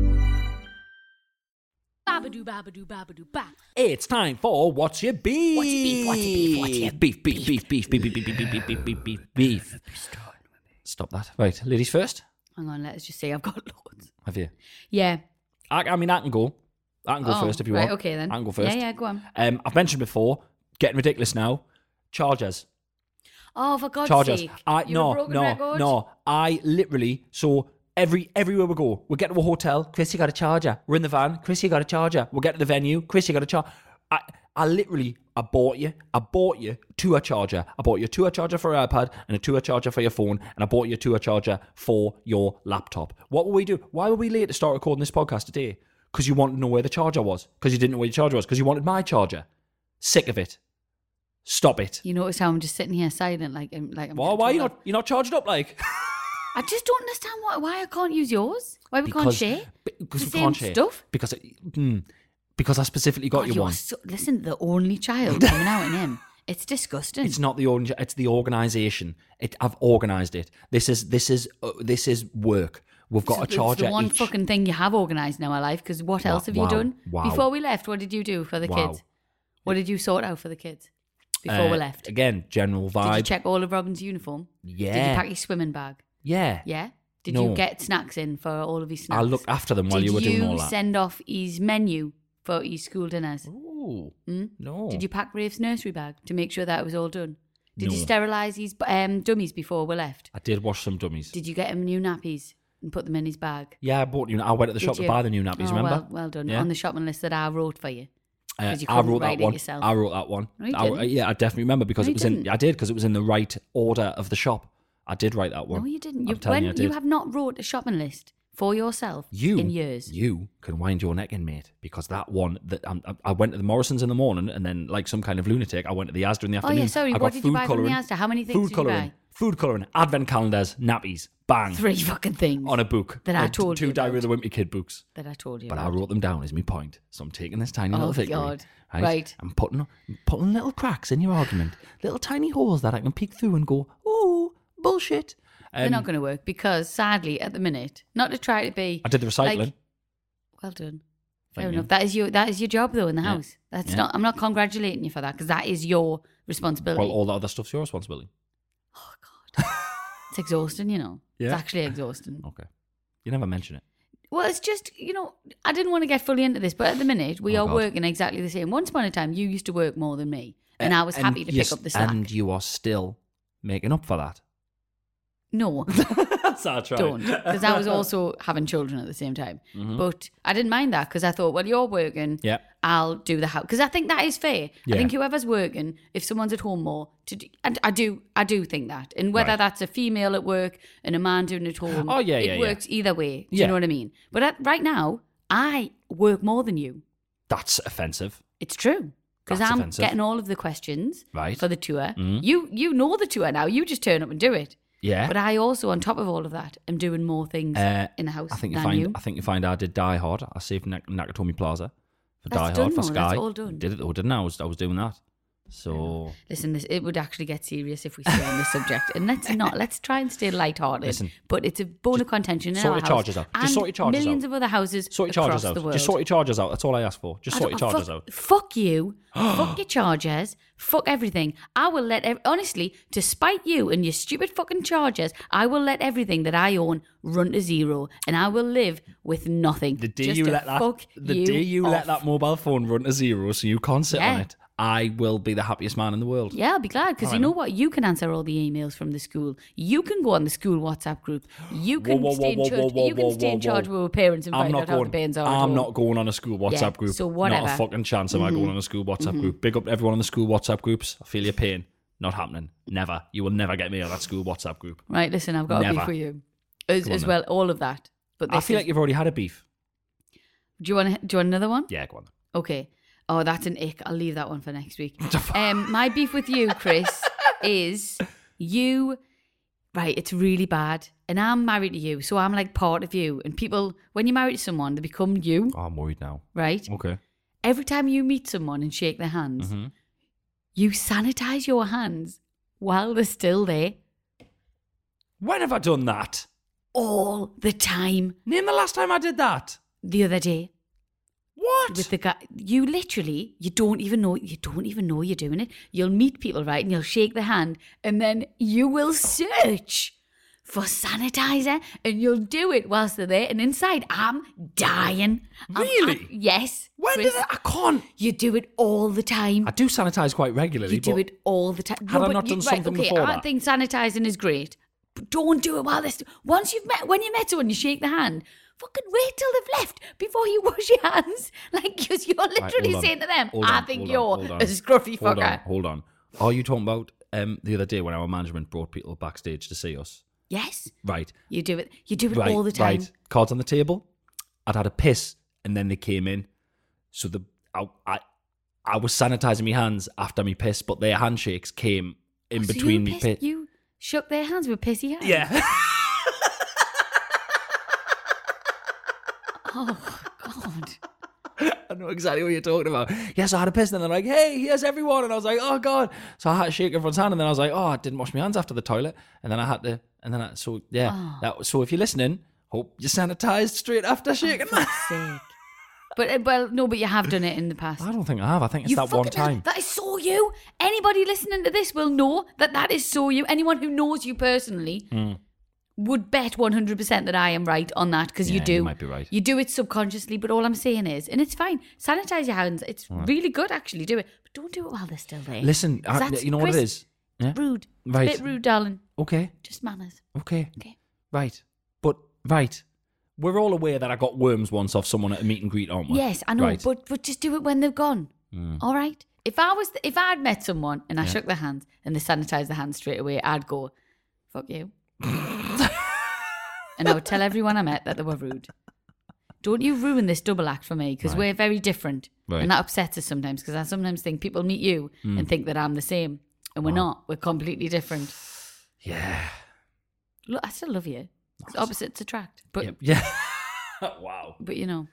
Babadoo, babadoo, babadoo, ba.
It's time for what's your beef? What's your beef? What's your beef? What's your beef? Beef, beef, beef, beef, beef, beef, beef, beef, beef, beef, beef, beef. Stop that. Right, ladies first.
Hang on, let's just say I've got loads.
Have you?
Yeah.
I, I mean, I can go. I can go
Oh,
first if you
right,
want.
okay then.
I can go first.
Yeah, yeah, go on.
Um, I've mentioned before, getting ridiculous now. Chargers.
Oh, for God's
Chargers.
sake.
I
You're
no
a broken
no
record.
no. I literally so every everywhere we go, we get to a hotel. Chris, you got a charger. We're in the van. Chris, you got a charger. We'll get to the venue. Chris, you got a charger. I I literally I bought you. I bought you to a charger. I bought you to a charger for your iPad and a to a charger for your phone, and I bought you to a charger for your laptop. What will we do? Why were we late to start recording this podcast today? Because you wanted to know where the charger was. Because you didn't know where your charger was. Because you wanted my charger. Sick of it. Stop it.
You notice how I'm just sitting here silent, like, I'm, like. I'm
Why?
gonna
Why are you
talk
not? You're not charged up like.
about- I just don't understand why why I can't use yours. Why we can't share?
be- Because
the
we
same
can't share.
stuff.
Because it, mm, because I specifically got
God,
you
you are
one.
so- listen, the only child coming out in him. It's disgusting.
It's not the orange. It's the organisation. It, I've organised it. This is this is uh, this is work. We've got
It's
a charger.
the one
each.
fucking thing you have organised now, my life. Because what
Wa-
else have
wow,
you done
wow.
before we left? What did you do for the
Wow.
kids? What did you sort out for the kids before
Uh,
we left?
Again, general vibe.
Did you check all of Robin's uniform?
Yeah.
Did you pack your swimming bag?
Yeah.
Yeah. Did
No.
you get snacks in for all of his snacks?
I looked after them while
Did
you were doing all that.
send off his menu for his school dinners?
Ooh,
Hmm?
no.
Did you pack Rafe's nursery bag to make sure that it was all done? Did you
No.
sterilise his um, dummies before we left?
I did wash some dummies.
Did you get him new nappies and put them in his bag?
yeah, I bought new. I went to the
Did
shop to
you?
buy the new nappies.
Oh,
remember?
Well, well done.
Yeah.
On the shopping list that I wrote for you.
Uh,
'Cause you
I
couldn't
wrote that
write it
one.
yourself.
I wrote that one.
No, you
I wrote-
didn't.
yeah, I definitely remember because
No,
it
you
was in.
didn't.
I did because it was in the right order of the shop. I did write that one.
No, you didn't.
I'm
You,
telling
when,
you, I
you,
did.
have not wrote a shopping list for yourself
you
in years.
You can wind your neck in, mate, because that one that um, I- I went to the Morrison's in the morning, and then like some kind of lunatic, I went to the Asda in the
Oh, yeah,
afternoon.
sorry,
I
what
got
did you
food
buy from the
colouring,
Asda? How many things
Food
did you
colouring,
buy?
food colouring, advent calendars, nappies, bang,
Three fucking things
on a book
That I
Uh, t-
told
two
you
Diary of
about.
the Wimpy Kid books.
that I told you.
But I
about.
wrote them down is my point. So I'm taking this tiny
Oh,
little victory.
God. Right.
I'm putting I'm putting little cracks in your argument. little tiny holes that I can peek through and go, ooh, bullshit.
They're
Um,
not going to work because, sadly, at the minute, not to try to be.
I did the recycling.
like- well done. Fair
Thank you.
enough. That is your that is your job though in the
Yeah.
house. That's
Yeah.
not. I'm not congratulating you for that because that is your responsibility.
Well, all the other stuff's your responsibility.
it's exhausting, you know.
Yeah.
It's actually exhausting.
Okay. You never mention it.
Well, it's just, you know, I didn't want to get fully into this, but at the minute, we
Oh,
are
God.
working exactly the same. Once upon a time, you used to work more than me, and I was
Uh,
happy to
you
pick
s-
up the slack.
And you are still making up for that.
no,
That's our try.
don't. Because I was also having children at the same time. But I didn't mind that because I thought, well, you're working.
Mm-hmm. Yeah.
I'll do the house because I think that is fair.
Yeah.
I think whoever's working, if someone's at home more, to do, I, I do, I do think that, and whether
Right.
that's a female at work and a man doing it at home,
Oh, yeah,
it
yeah, yeah.
works either way. Do
Yeah.
you know what I mean? But at, right now, I work more than you.
That's offensive.
It's true. Because
That's
I'm
offensive.
getting all of the questions
Right.
for the tour.
Mm.
You you know the tour now. You just turn up and do it.
Yeah.
But I also, on top of all of that, am doing more things
Uh,
in the house
I think you
than
find.
you.
I think you find I did Die Hard. I saved Nak- Nakatomi Plaza for
That's
Die
done
Hard for
though,
Sky.
that's all done.
Did it though, didn't I? I was, I was doing that. So
Listen, this it would actually get serious if we stay on this subject, and let's not. Let's try and stay lighthearted.
Listen,
but it's a bone of contention in
sort
our
your
house
charges out. Just
and
sort your charges
millions
out.
of other houses
sort your
across
charges out.
the world.
Just sort your charges out. That's all I ask for. Just
I
sort your
don't-
charges
fuck,
out.
Fuck you. fuck your charges. Fuck everything. I will let, ev- honestly, to spite you and your stupid fucking charges, I will let everything that I own run to zero and I will live with nothing.
The day
Just
you
to
let that,
fuck
the day you let
off.
that mobile phone run to zero, so you can't sit on
Yeah.
it, I will be the happiest man in the world.
Yeah, I'll be glad because
All
you
right,
know
man.
what? You can answer all the emails from the school. You can go on the school WhatsApp group. You can
Whoa, whoa,
stay in
whoa,
charge.
whoa, whoa,
you can
whoa,
stay in
whoa,
charge
whoa.
with our parents and
I'm
find
not
out how the
going.
bands are. at
I'm
home.
not going on a school WhatsApp group.
so
Not a
whatever. Mm-hmm.
fucking chance am I going on a school WhatsApp group. Big up everyone on the school WhatsApp groups. I feel your pain. Not happening. Never. You will never get me on that school WhatsApp group.
Right, listen, I've got a
Never.
beef for you. As,
Go on
as
then.
well, all of that. But
I
this
feel
is-
like you've already had a beef.
do you want do you want another one?
Yeah, go on. Then.
Okay. Oh, that's an ick. I'll leave that one for next week. um, my beef with you, Chris, is you. Right, it's really bad, and I'm married to you, so I'm like part of you. And people, when you marry to someone, they become you,
Oh, I'm worried now.
right?
Okay.
Every time you meet someone and shake their hands,
Mhm.
you sanitize your hands while they're still there
When have I done that?
all the time.
Name the last time I did that.
The other day,
What?
with the guy you literally you don't even know you don't even know you're doing it you'll meet people right and you'll shake their hand and then you will search for sanitizer and you'll do it whilst they're there and inside i'm dying I'm-
Really?
I'm- yes
when
Chris,
did I, I can't?
you do it all the time
I do sanitize quite regularly.
you do
but
it all the time
Had I not done something
okay,
before
i
that?
think sanitizing is great but don't do it while this once you've met when you met someone you shake the hand fucking wait till they've left before you wash your hands like because you're
Right,
literally
hold on.
saying to them
Hold
i
on,
think
hold on,
you're
hold on.
a scruffy
Hold
fucker
on, hold on. Are you talking about um, the other day when our management brought people backstage to see us?
yes
Right.
you do it you do it
right,
all the time
Right. Cards on the table. I'd had a piss, and then they came in. So the I I, I was sanitizing my hands after my piss, but their handshakes came in
Oh, so
between
you,
me
pissed-
piss.
you shook their hands with pissy hands
yeah.
oh god
I know exactly what you're talking about. Yeah, so I had a piss, and then they're like, "Hey, here's everyone," and I was like, "Oh God!" So I had to shake everyone's hand, and then I was like, "Oh, I didn't wash my hands after the toilet," and then I had to, and then I, so yeah.
Oh.
That, so if you're listening, hope you're sanitized straight after shaking. my
Fuck's sake but uh, well no but you have done it in the past
I don't think I have. I think it's
You
that one
fucking-
time.
That is so you. Anybody listening to this will know that that is so you. Anyone who knows you personally
Hmm.
would bet 100% that I am right on that because
Yeah,
you do.
you might be right.
You do it subconsciously, but all I'm saying is, and it's fine, sanitize your hands. It's really good, actually. Do it. But don't do it while they're still there.
Listen,
'Cause eh?
I,
that's-
you know what it
Chris,
is. Yeah?
Rude. It's
Right.
A bit rude, darling.
Okay,
Just manners.
okay,
Okay.
right, but right. We're all aware that I got worms once off someone at a meet and greet, aren't we?
Yes, I know,
Right. Mm.
but but just do it when they've gone. All right. If I was, if I'd met someone and I shook their hand and they sanitized their hand straight away, I'd go, "Fuck you," and I would tell everyone I met that they were rude. Don't you ruin this double act for me because
Right.
we're very different,
Right. Hmm.
and that upsets us sometimes because I sometimes think people meet you and think that I'm the same, and we're
Wow.
not. We're completely different.
yeah,
Look, I still love you. 'Cause Opposites attract, but
yeah. yeah. wow.
but you know.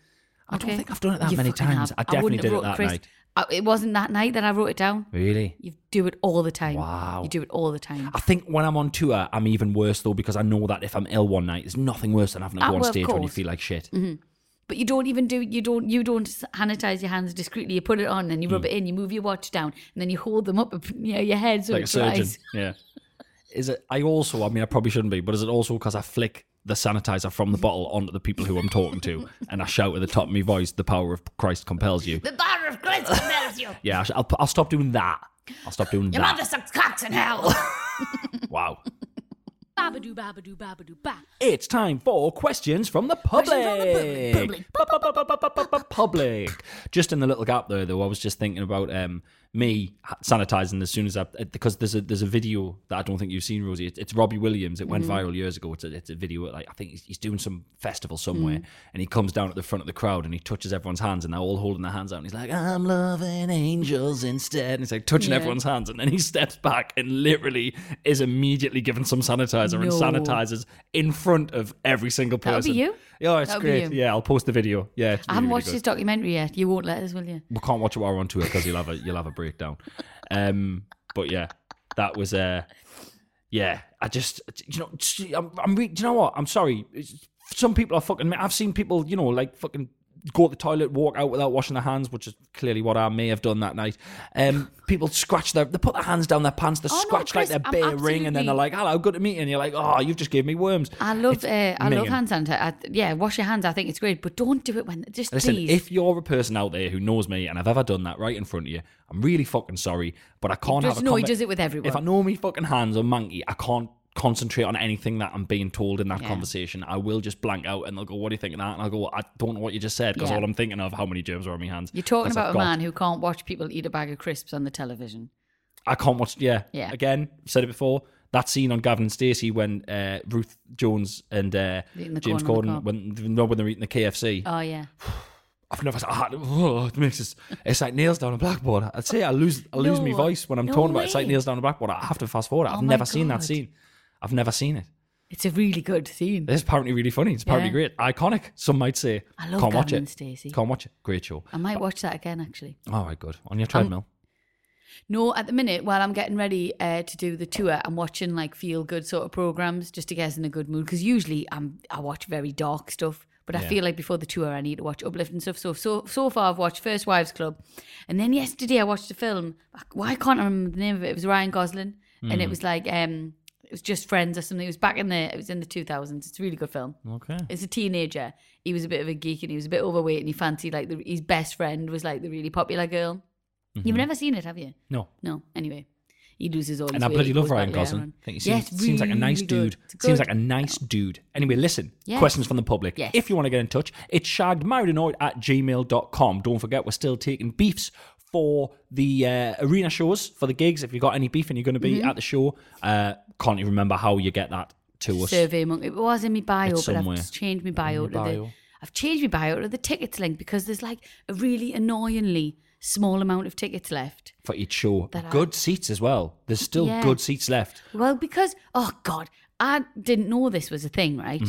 I don't
okay.
think I've done it that
You
many
fucking
times.
have.
I definitely
wouldn't have
did it
wrote-
that
Chris,
night.
I, it wasn't that night that I wrote it down.
Really?
You do it all the time.
Wow.
You do it all the time.
I think when I'm on tour, I'm even worse though because I know that if I'm ill one night, there's nothing worse than having to
Ah,
go on
well, of
stage when you
course. Mm-hmm.
feel like shit.
But you don't even do you don't you don't sanitize your hands discreetly. You put it on and you
Hmm.
rub it in. You move your watch down and then you hold them up near your head so
Like a
it
surgeon.
dries.
Yeah. Is it? I also. I mean, I probably shouldn't be, but is it also because I flick the sanitizer from
Mm-hmm.
the bottle onto the people who I'm talking to, and I shout at the top of my voice, "The power of Christ compels you."
The power of Christ compels you.
Yeah, I sh- I'll, I'll stop doing that. I'll stop doing
Your mother
that.
sucks cocks in hell.
Wow.
Babadoo, babadoo, babadoo, ba.
It's time for questions from the
Questions from the
public.
public,
Public. Public. Just in the little gap there, though, I was just thinking about um, me sanitizing as soon as I uh, because there's a there's a video that I don't think you've seen, Rosie. It's, it's Robbie Williams. It went
Mm-hmm.
viral years ago. It's a, it's a video like I think he's, he's doing some festival
Mm.
somewhere, and he comes down at the front of the crowd and he touches everyone's hands, and they're all holding their hands out, and he's like, "I'm loving angels instead," and he's like touching
Yeah.
everyone's hands, and then he steps back and literally is immediately given some sanitizer and
No.
sanitizes in front of every single
That'll
person.
be you.
Yeah, it's
That'll be
great.
you.
Yeah, I'll post the video. Yeah, it's
I
really,
haven't
really
watched
good.
his documentary yet. You won't let us, will you?
we can't watch it while we're on tour because you'll have a you'll have a breakdown. Um, but yeah, that was uh, yeah. I just you know I'm, I'm re- do you know what I'm sorry. It's- Some people are fucking. I've seen people you know like fucking go to the toilet, walk out without washing their hands, which is clearly what I may have done that night. Um, people scratch their they put their hands down their pants, they
Oh, no,
scratch
Chris,
like their
I'm
bare ring, and then they're
absolutely-
like, "Hello, good to meet you." And you're like, "Oh, you've just gave me worms."
I love, uh, I love
minging.
hand sanitizer. I, yeah, wash your hands. I think it's great, but don't do it when just
Listen,
please.
if you're a person out there who knows me and I've ever done that right in front of you, I'm really fucking sorry, but I can't
does-
have a
no, he
conver-
does it with everyone.
If I know me fucking hands are manky, I can't concentrate on anything that I'm being told in that
Yeah.
conversation. I will just blank out and they'll go, What do you think of that? And I'll go, I don't know what you just said because
Yeah.
all I'm thinking of how many germs are on my hands.
You're talking
'Cause I've
about a
got-
man who can't watch people eat a bag of crisps on the television.
I can't watch. Yeah,
Yeah.
Again, said it before. That scene on Gavin and Stacey when uh, Ruth Jones and uh,
Eating the
James
corn on the
Corden when no when they're eating the KFC.
Oh yeah,
I've never. I had, oh, it makes us. It's like nails down a blackboard. I'd say I lose. I lose my
No,
voice when I'm
no
talking about. It's like
way.
nails down a blackboard. I have to fast forward. it. I've
Oh my
never seen that
God.
scene. I've never seen it.
it's a really good scene.
It's apparently really funny. It's apparently
Yeah.
great, iconic. Some might say.
I love
Can't watch
Gavin
it.
and Stacey.
Can't watch it. Great show.
I might watch that again actually.
All right, good. On your
Um,
treadmill.
No, at the minute, while I'm getting ready uh, to do the tour, I'm watching like feel good sort of programs just to get us in a good mood. Because usually I'm I watch very dark stuff, but I
Yeah.
feel like before the tour I need to watch uplifting stuff. So so so far I've watched First Wives Club, and then yesterday I watched a film. Why can't I remember the name of it? It was Ryan Gosling, and it was like um it was just Friends or something. It was back in the it was in the 2000s. It's a really good film.
okay.
As a teenager, he was a bit of a geek and he was a bit overweight, and he fancied like the, his best friend was like the really popular girl. You've never seen it, have you?
No.
No. Anyway, he loses all.
And
his
I
weight,
bloody
he
love
goes back
Ryan
later
Gosling.
on.
I think he
Yeah,
seems,
it's
seems like a nice
really good.
dude.
It's good.
Seems like a nice dude. Anyway, listen,
Yes.
questions from the public.
Yes.
If you want to get in touch, it's shaggedmarriedanoid at gmail.com. Don't forget, we're still taking beefs for the uh, arena shows, for the gigs. If you've got any beef and you're going to be
Mm-hmm.
at the show, uh, can't even remember how you get that to us.
Survey Monkey. It was in my bio,
It's
but
somewhere.
I've just changed my bio
In
to
your bio.
the. I've changed my bio to the tickets link because there's like a really annoyingly small amount of tickets left.
For each show.
That I-
Good seats as well. There's still
Yeah.
good seats left.
Well, because oh god, I didn't know this was a thing, right?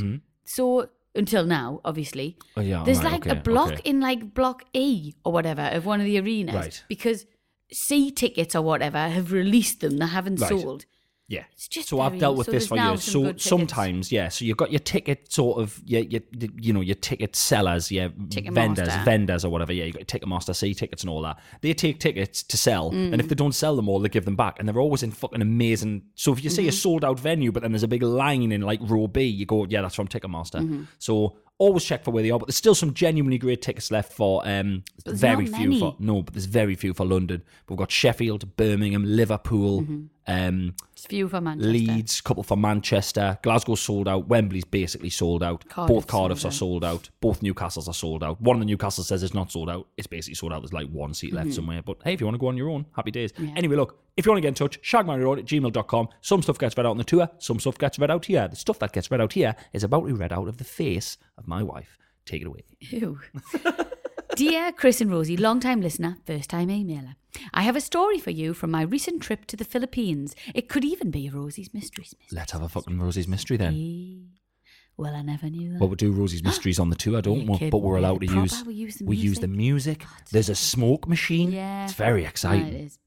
So until now, obviously,
Mm-hmm. Oh, yeah,
there's
right,
like
okay,
a block
okay.
in like block E or whatever of one of the arenas
Right.
because C tickets or whatever have released them; they haven't
Right.
sold.
Yeah.
It's just
so I've
very-
dealt with
so
this
there's
for
now
years.
some
So
good tickets.
sometimes, yeah. So you've got your ticket sort of, your, your, you know, your ticket sellers, yeah,
Ticketmaster.
vendors, vendors or whatever. Yeah, you've got Ticketmaster, C tickets and all that. They take tickets to sell.
Mm.
And if they don't sell them all, they give them back. And they're always in fucking amazing. So if you
Mm-hmm.
see a sold out venue, but then there's a big line in like row B, you go, yeah, that's from Ticketmaster.
Mm-hmm.
So always check for where they are. But there's still some genuinely great tickets left for um,
there's
very
not
few
many.
for, no, but there's very few for London. But we've got Sheffield, Birmingham, Liverpool.
Mm-hmm.
Um,
It's few for Manchester.
Leeds, couple for Manchester. Glasgow's sold out. Wembley's basically sold out. Both
Cardiff's
Cardiff's are
sold
sold out. Both Newcastle's are sold out. One of the Newcastle says it's not sold out. It's basically sold out. There's like one seat
Mm-hmm.
left somewhere. But hey, if you want to go on your own, happy days. Anyway, look, if you want to get in touch, shagmarryaroad at gmail.com. Some stuff gets read out on the tour. Some stuff gets read out here. The stuff that gets read out here is about to be read out of the face of my wife. Take it away.
Ew. Dear Chris and Rosie, long time listener, first time emailer. I have a story for you from my recent trip to the Philippines. It could even be Rosie's Mysteries. Mysteries.
Let's have a fucking Rosie's Mystery then.
Eh, Well, I never knew that.
Well, we do Rosie's Mysteries on the tour, don't
You're
we? But
kidding
we're
me.
allowed to
Proper,
use.
we use the
music. There's a smoke machine.
Yeah.
It's very exciting.
Yeah, it is.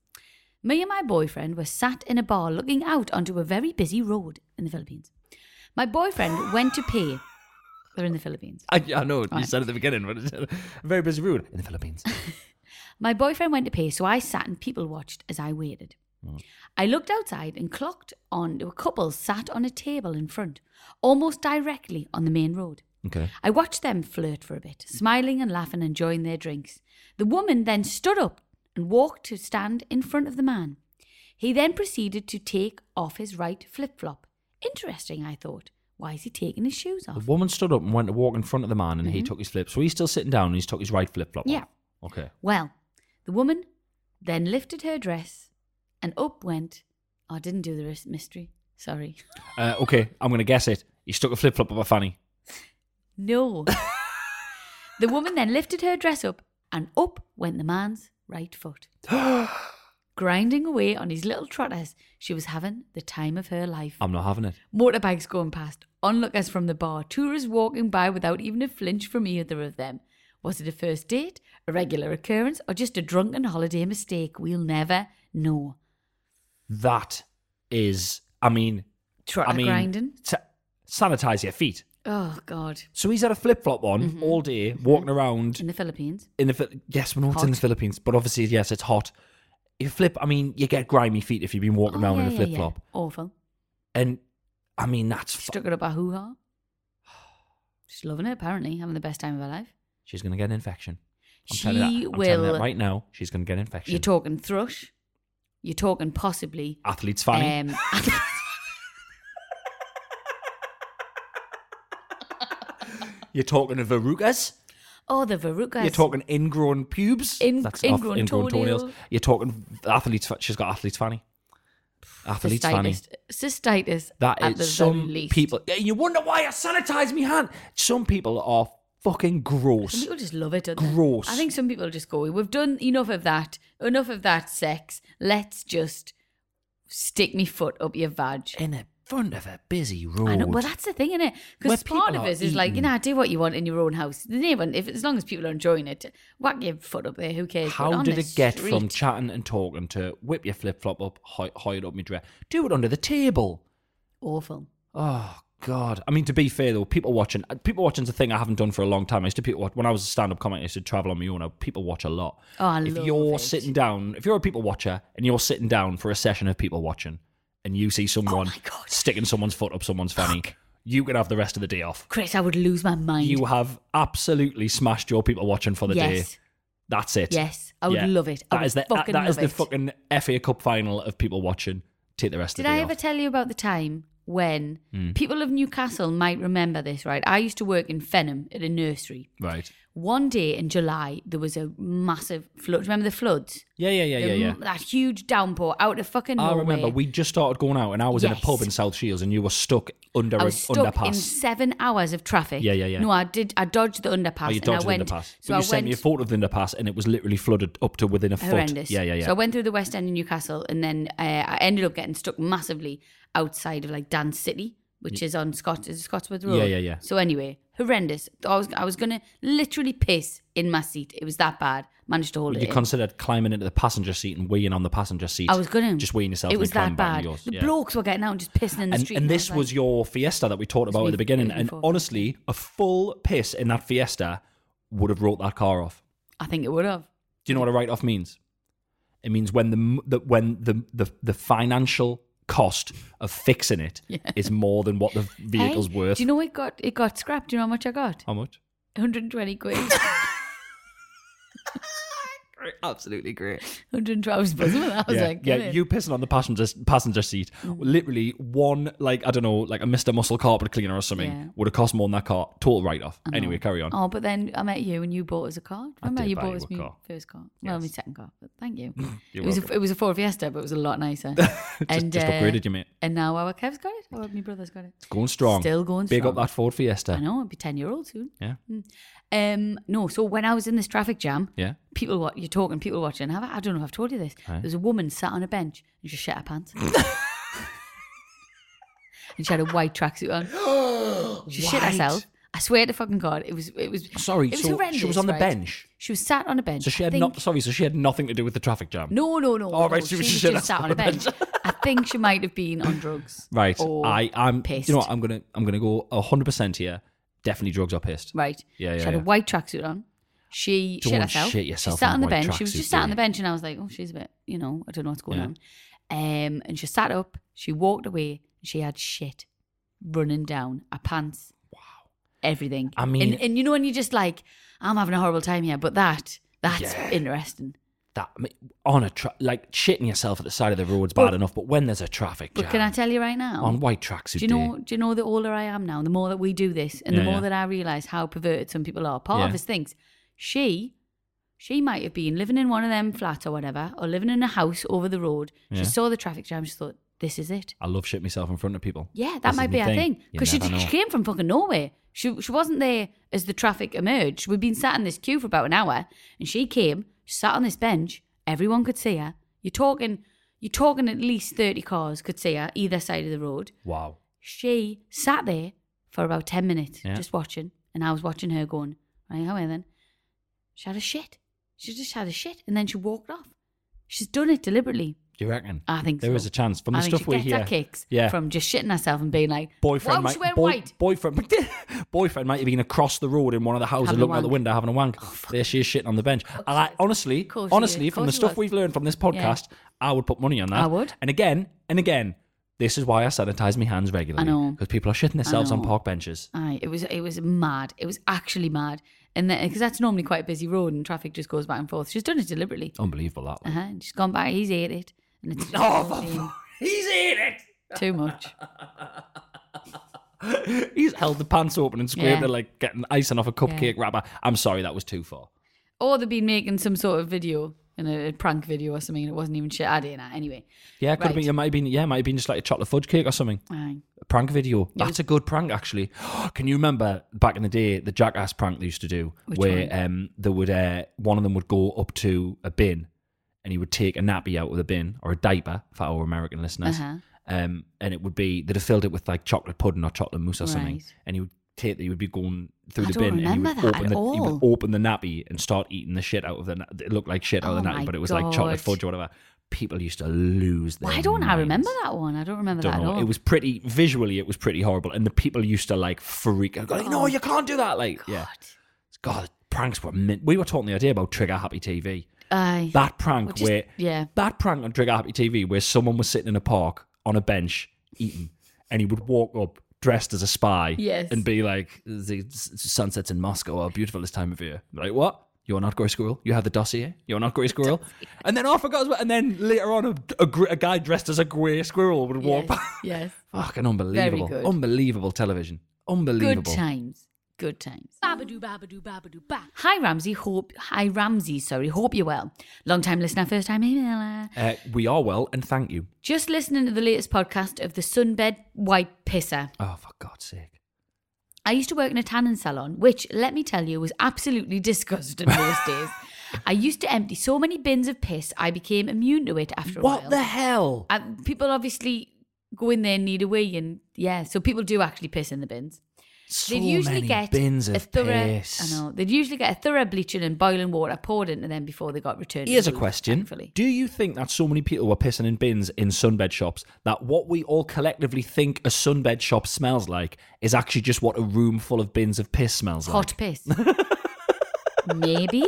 Me and my boyfriend were sat in a bar looking out onto a very busy road in the Philippines. My boyfriend went to pay. They're in the Philippines.
I, I know you
Right.
said at the beginning, but it's a very busy road in the Philippines.
My boyfriend went to pay, so I sat and people watched as I waited. I looked outside and clocked on to a couple sat on a table in front, almost directly on the main road.
Okay.
I watched them flirt for a bit, smiling and laughing, enjoying their drinks. The woman then stood up and walked to stand in front of the man. He then proceeded to take off his right flip flop. Interesting, I thought. Why is he taking his shoes
The
off?
woman stood up and went to walk in front of the man, and he took his flip. So he's still sitting down, and he's took his right flip flop.
Mm-hmm. Yeah.
Off. Okay.
Well, the woman then lifted her dress and up went. I didn't do the ris- mystery. Sorry.
Uh, okay. I'm gonna guess it. He stuck a flip flop up a fanny.
No. the woman then lifted her dress up and up went the man's right foot. grinding away on his little trotters. She was having the time of her life.
I'm not having it.
Motorbikes going past, onlookers from the bar, tourists walking by without even a flinch from either of them. Was it a first date, a regular occurrence, or just a drunken holiday mistake? We'll never know.
That is, I mean,
Trotter
I mean,
grinding.
sa- sanitize your feet.
Oh God!
So he's had a flip flop on
Mm-hmm.
all day, walking
In
around
the Philippines,
in the Phil- yes, we know it's in the
Hot.
Philippines, but obviously yes, it's hot. You flip. I mean, you get grimy feet if you've been walking
Oh,
around
yeah,
in a
yeah,
flip
yeah.
flop,
Awful.
and I mean that's fu-
Stuck it up a hoo ha. She's loving it. Apparently, having the best time of her life.
she's gonna get an infection. I'm
she
telling you that. I'm
will.
telling you that right now. She's gonna get an infection.
You're talking thrush. You're talking possibly.
Athlete's fanny.
Um,
You're talking of verrugas.
oh, the verrugas.
You're talking ingrown pubes.
In-
off-
ingrown toenails.
You're talking athlete's. fa- She's got athlete's fanny. Athlete's fanny.
cystitis. Cystitis.
That
at
is
the
some
very least.
people. Yeah, You wonder why I sanitize me hand. Some people are fucking
Some
gross.
people just love it. don't they?
Gross.
I think some people just go, we've done enough of that, enough of that sex. Let's just stick me foot up your vag.
In the front of a busy
I know,
road.
well, that's the thing, isn't it?
Where
Because part
people
of
are
us is like, you
eating.
know, do what you want in your own house. The neighbour, if as long as people are enjoying it, whack your foot up there. Who cares? But
How
on
did
the
it get from
street-
chatting and talking to whip your flip flop up, hi- hide it up my dress? Do it under the table.
awful?
Oh God! I mean, to be fair though, people watching, uh, people watching's a thing I haven't done for a long time. I used to people watch, when I was a stand-up comic. I used to travel on my own. I, people watch a lot.
Oh, I
if
love
you're
it.
sitting down, if you're a people watcher and you're sitting down for a session of people watching, and you see someone
Oh, my God.
sticking someone's foot up someone's fanny, you can have the rest of the day off.
Chris, I would lose my mind.
You have absolutely smashed your people watching for the
yes,
day. That's it.
yes, I would
Yeah.
love it. I
That
would
is the
fucking
that is
love
the
it.
fucking FA Cup final of people watching. Take the rest
Did
of Hmm. the
I
day
ever
off.
tell you about the time when people of Newcastle might remember this? Right, I used to work in Fenham at a nursery.
right.
One day in July, there was a massive flood. Remember the floods?
Yeah, yeah, yeah,
The
yeah, yeah.
m- That huge downpour out of fucking
I
Norway.
remember we just started going out, and I was in a
Yes.
pub in South Shields, and you were stuck
I
under an
was stuck in
underpass.
seven hours of traffic.
Yeah, yeah, yeah.
No, I did. I dodged the underpass.
Oh, you
and I
dodged
went,
the underpass.
So
but you
I
sent
went
me a photo of the underpass, and it was literally flooded up to within a foot.
horrendous.
Yeah, yeah, yeah.
So I went through the West End in Newcastle, and then uh, I ended up getting stuck massively outside of like Dan City, which is on Scott is it Scotswood Road.
Mm. Yeah, yeah, yeah.
So anyway, horrendous. I was I was gonna literally piss in my seat. It was that bad. Managed to hold
you
it. in.
considered climbing into the passenger seat and weighing on the passenger seat.
I was gonna
just weighing yourself.
It
and
was
climbing
that
back
bad.
on yours.
The
yeah.
blokes were getting out and just pissing in the
And,
street.
and
I
this
like-
was your Fiesta that we talked
It's
about
me-
at the beginning,
it's me
and
forward.
honestly, a full piss in that Fiesta would have wrote that car off.
I think it would have.
Do you know what a write off means? It means when the m- the when the the, the financial cost of fixing it is more than what the vehicle's
Hey,
worth.
Do you know it got it got scrapped? Do you know how much I got?
how much?
120 quid.
Absolutely great.
120. I was buzzing with that. I was
yeah,
like, Mm.
yeah,
get it.
you pissing on the passenger passenger seat. Literally one like I don't know, like a Mr. Muscle carpet cleaner or something
Yeah.
would have cost more than that car. Total write off.
I
Anyway,
know.
carry on.
Oh, but then I met you and you bought us a car.
I
Remember,
did
you
buy
bought
you
us
a
my
car.
first car. Well, my second car, but thank you.
You're
it was a,
welcome.
it was a Ford Fiesta, but it was a lot nicer. and
just
uh,
upgraded you, mate.
And now our Kev's got it, or my brother's got it.
Going strong.
Still going
Big
strong.
up that Ford Fiesta.
I know it'll be ten year old soon.
Yeah.
Um, no. So when I was in this traffic jam,
Yeah.
people what you're talking, people watching. Have I, I don't know if I've told you this.
Right.
There's a woman sat on a bench and she shit her pants. and she had a white tracksuit on. She shit herself. I swear to fucking god, it was it was
Sorry,
It was
so
horrendous,
she was on the
right?
bench.
She was sat on a bench.
So she
I
had
think-
not sorry, so she had nothing to do with the traffic jam.
No, no, no.
Oh, right,
no,
she was just
just sat on a bench. I think she might have been on drugs.
Right.
or
I I'm
pissed.
you know what, I'm gonna I'm gonna go hundred percent here. Definitely drugs are pissed.
Right.
Yeah,
She
yeah,
had
yeah.
a white tracksuit on. She shit
Don't
herself.
shit yourself
She sat
in
on the
white
bench. She was
tracksuit,
just sat
do
on
you?
the bench, and I was like, "Oh, she's a bit, you know, I don't know what's going
Yeah.
on." Um, and she sat up. She walked away. She had shit running down her pants. Wow. Everything.
I mean-
and, and you know, when you're just like, "I'm having a horrible time here," but that that's interesting.
That I mean, on a tra- like shitting yourself at the side of the road's bad
But-
enough, but when there's a traffic
But
jam
can I tell you right now?
on white tracksuit,
do you know? Do you know? The older I am now, the more that we do this, and
Yeah,
the more
yeah.
that I realise how perverted some people are. Part
Yeah.
of us thinks she, she might have been living in one of them flats or whatever, or living in a house over the road.
Yeah.
She saw the traffic jam. She thought, "This is it."
I love shit myself in front of people.
Yeah, that
This
might
is
be
my
our thing
You
because she,
never
she
know.
came from fucking nowhere. She she wasn't there as the traffic emerged. We'd been sat in this queue for about an hour, and she came, she sat on this bench. Everyone could see her. You're talking, you're talking at least 30 cars could see her either side of the road.
Wow.
She sat there for about 10 minutes
Yeah.
just watching, and I was watching her going, right, how then? She had a shit. She just had a shit, and then she walked off. She's done it deliberately.
Do you reckon?
I think
there
so.
is a chance from the
I think
stuff
she
we
gets
hear.
Her kicks
yeah.
from just shitting herself and being like,
boyfriend,
"Wow,
might,
she wearing
boy-
white."
boyfriend, boyfriend might have been across the road in one of the houses,
Having a
looking out the
wank.
window, having a wank. there she is sitting on the bench. I honestly,
Of course she
honestly,
is.
from
Of
the
course she
stuff
was.
we've learned from this podcast, I would put money on that.
I would.
And again, and again, this is why I sanitize my hands regularly.
I know.
because people are shitting themselves on
know.
park benches.
Aye, it was it was mad. It was actually mad, and then because that's normally quite a busy road and traffic just goes back and forth. She's done it deliberately.
Unbelievable that.
Uh
One.
huh. She's gone back. He's ate it, and it's
Oh, he's ate it.
too much.
He's held the pants open and scraped
Yeah.
it like getting icing off a cupcake wrapper. I'm sorry, that was too far.
Or they've been making some sort of video and a prank video or something. And it wasn't even shit. I didn't. Anyway,
Yeah, it could have been.
Right.
It might have been. Yeah, it might have been just like a chocolate fudge cake or something.
aye.
A prank video. That's a good prank, actually. Can you remember back in the day the jackass prank they used to do,
Which
where
one?
um they would uh, one of them would go up to a bin, and he would take a nappy out of the bin or a diaper for our American listeners,
Uh-huh.
um, and it would be they'd have filled it with like chocolate pudding or chocolate mousse or something,
Right.
and he would take he would be going through
I
the
don't
bin and he
remember
would,
that
open
at
the, he would
all.
open the nappy and start eating the shit out of the na- it looked like shit out of the
Oh
nappy,
my
but it was like chocolate
God.
fudge or whatever. People used to lose their.
Why don't I
minds
remember that one? I don't remember
don't
that
know.
at all.
It was pretty visually. It was pretty horrible, and the people used to like freak. out, go Like, no,
Oh,
you can't do that. Like, yeah, God, pranks were. Min- we were talking the idea about Trigger Happy TV.
Aye.
That prank
Uh, Which is-
where
yeah.
that prank on Trigger Happy TV where someone was sitting in a park on a bench eating, and he would walk up dressed as a spy,
Yes.
and be like, "The s- sunsets in Moscow are beautiful this time of year." Like, what? You're not Grey Squirrel. You have the dossier. You're not Grey Squirrel. And then I forgot. And then later on, a, a, gr- a guy dressed as a Grey Squirrel would walk
yes.
by.
yes.
Fucking unbelievable.
good.
Unbelievable television.
Good
Unbelievable.
times. Good times.
Babadoo, babadoo, babadoo, ba.
Hi Ramsey, hope hi Ramsey, sorry, hope you're well. Long time listener, first time emailer.
Uh, we are well, and thank you.
Just listening to the latest podcast of the Sunbed White Pisser.
Oh, for God's sake.
I used to work in a tanning salon, which, let me tell you, was absolutely disgusting those days. I used to empty so many bins of piss, I became immune to it after a
What
while.
the hell?
And people obviously go in there and need a wee, and yeah, so people do actually piss in the bins.
So
They'd usually
many
get
bins
a
of
thorough,
piss.
I know. They'd usually get a thorough bleaching and boiling water poured into them before they got returned. to
Here's
the
a
booth,
question.
thankfully.
Do you think that so many people were pissing in bins in sunbed shops that what we all collectively think a sunbed shop smells like is actually just what a room full of bins of piss smells
Hot
like?
piss. Maybe.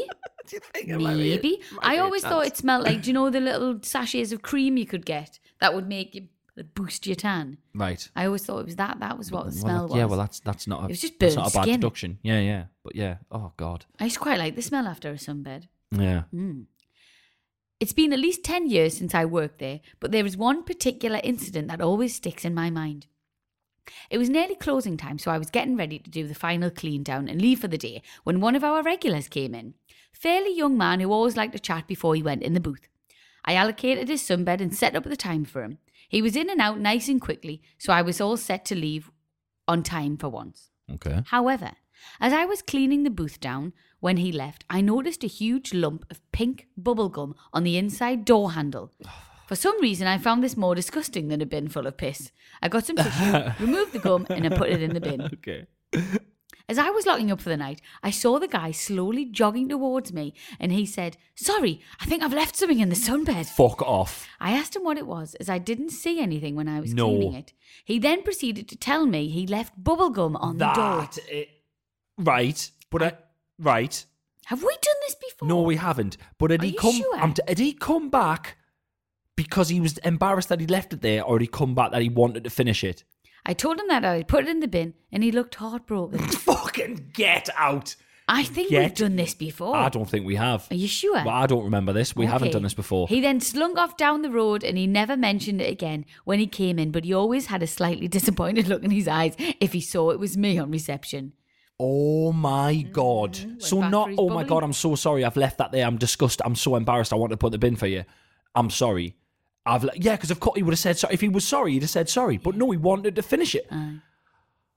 Maybe. I always thought it smelled like, do you know the little sachets of cream you could get that would make you boost your tan?
Right.
I always thought it was that. That was what the
Well,
smell
that-
was.
Yeah, well, that's that's not a,
It was just
that's
burnt
not a bad
skin.
deduction. Yeah, yeah. But yeah, oh, God.
I used to quite like the smell after a sunbed.
Yeah.
It's been at least 10 years since I worked there, but there is one particular incident that always sticks in my mind. It was nearly closing time, so I was getting ready to do the final clean down and leave for the day when one of our regulars came in. Fairly young man who always liked to chat before he went in the booth. I allocated his sunbed and set up the time for him. He was in and out nice and quickly, so I was all set to leave on time for once.
Okay.
However, as I was cleaning the booth down when he left, I noticed a huge lump of pink bubblegum on the inside door handle. For some reason, I found this more disgusting than a bin full of piss. I got some tissue, removed the gum, and I put it in the bin.
Okay.
As I was locking up for the night, I saw the guy slowly jogging towards me, and he said, Sorry, I think I've left something in the sunbed.
Fuck off.
I asked him what it was, as I didn't see anything when I was
No.
cleaning it. He then proceeded to tell me he left bubblegum on the door.
That i- right, but I, right.
Have we done this before?
No, we haven't. But had
Are
he
you
come?
sure?
I'm t- had he come back because he was embarrassed that he left it there, or had he come back that he wanted to finish it?
I told him that I would put it in the bin, and he looked heartbroken.
Fucking get out!
I think we've
Get-
done this before.
I don't think we have.
Oh. Are you sure?
Well, I don't remember this. We haven't
Okay.
done this before.
He then slunk off down the road and he never mentioned it again when he came in, but he always had a slightly disappointed look in his eyes if he saw it was me on reception.
Oh my god! so
Mm, back
not.
for his
Oh my
bubbly.
god! I'm so sorry. I've left that there. I'm disgusted. I'm so embarrassed. I want to put the bin for you. I'm sorry. I've le- yeah, because of course he would have said sorry. If he was sorry, he'd have said sorry. But no, he wanted to finish it.
Uh,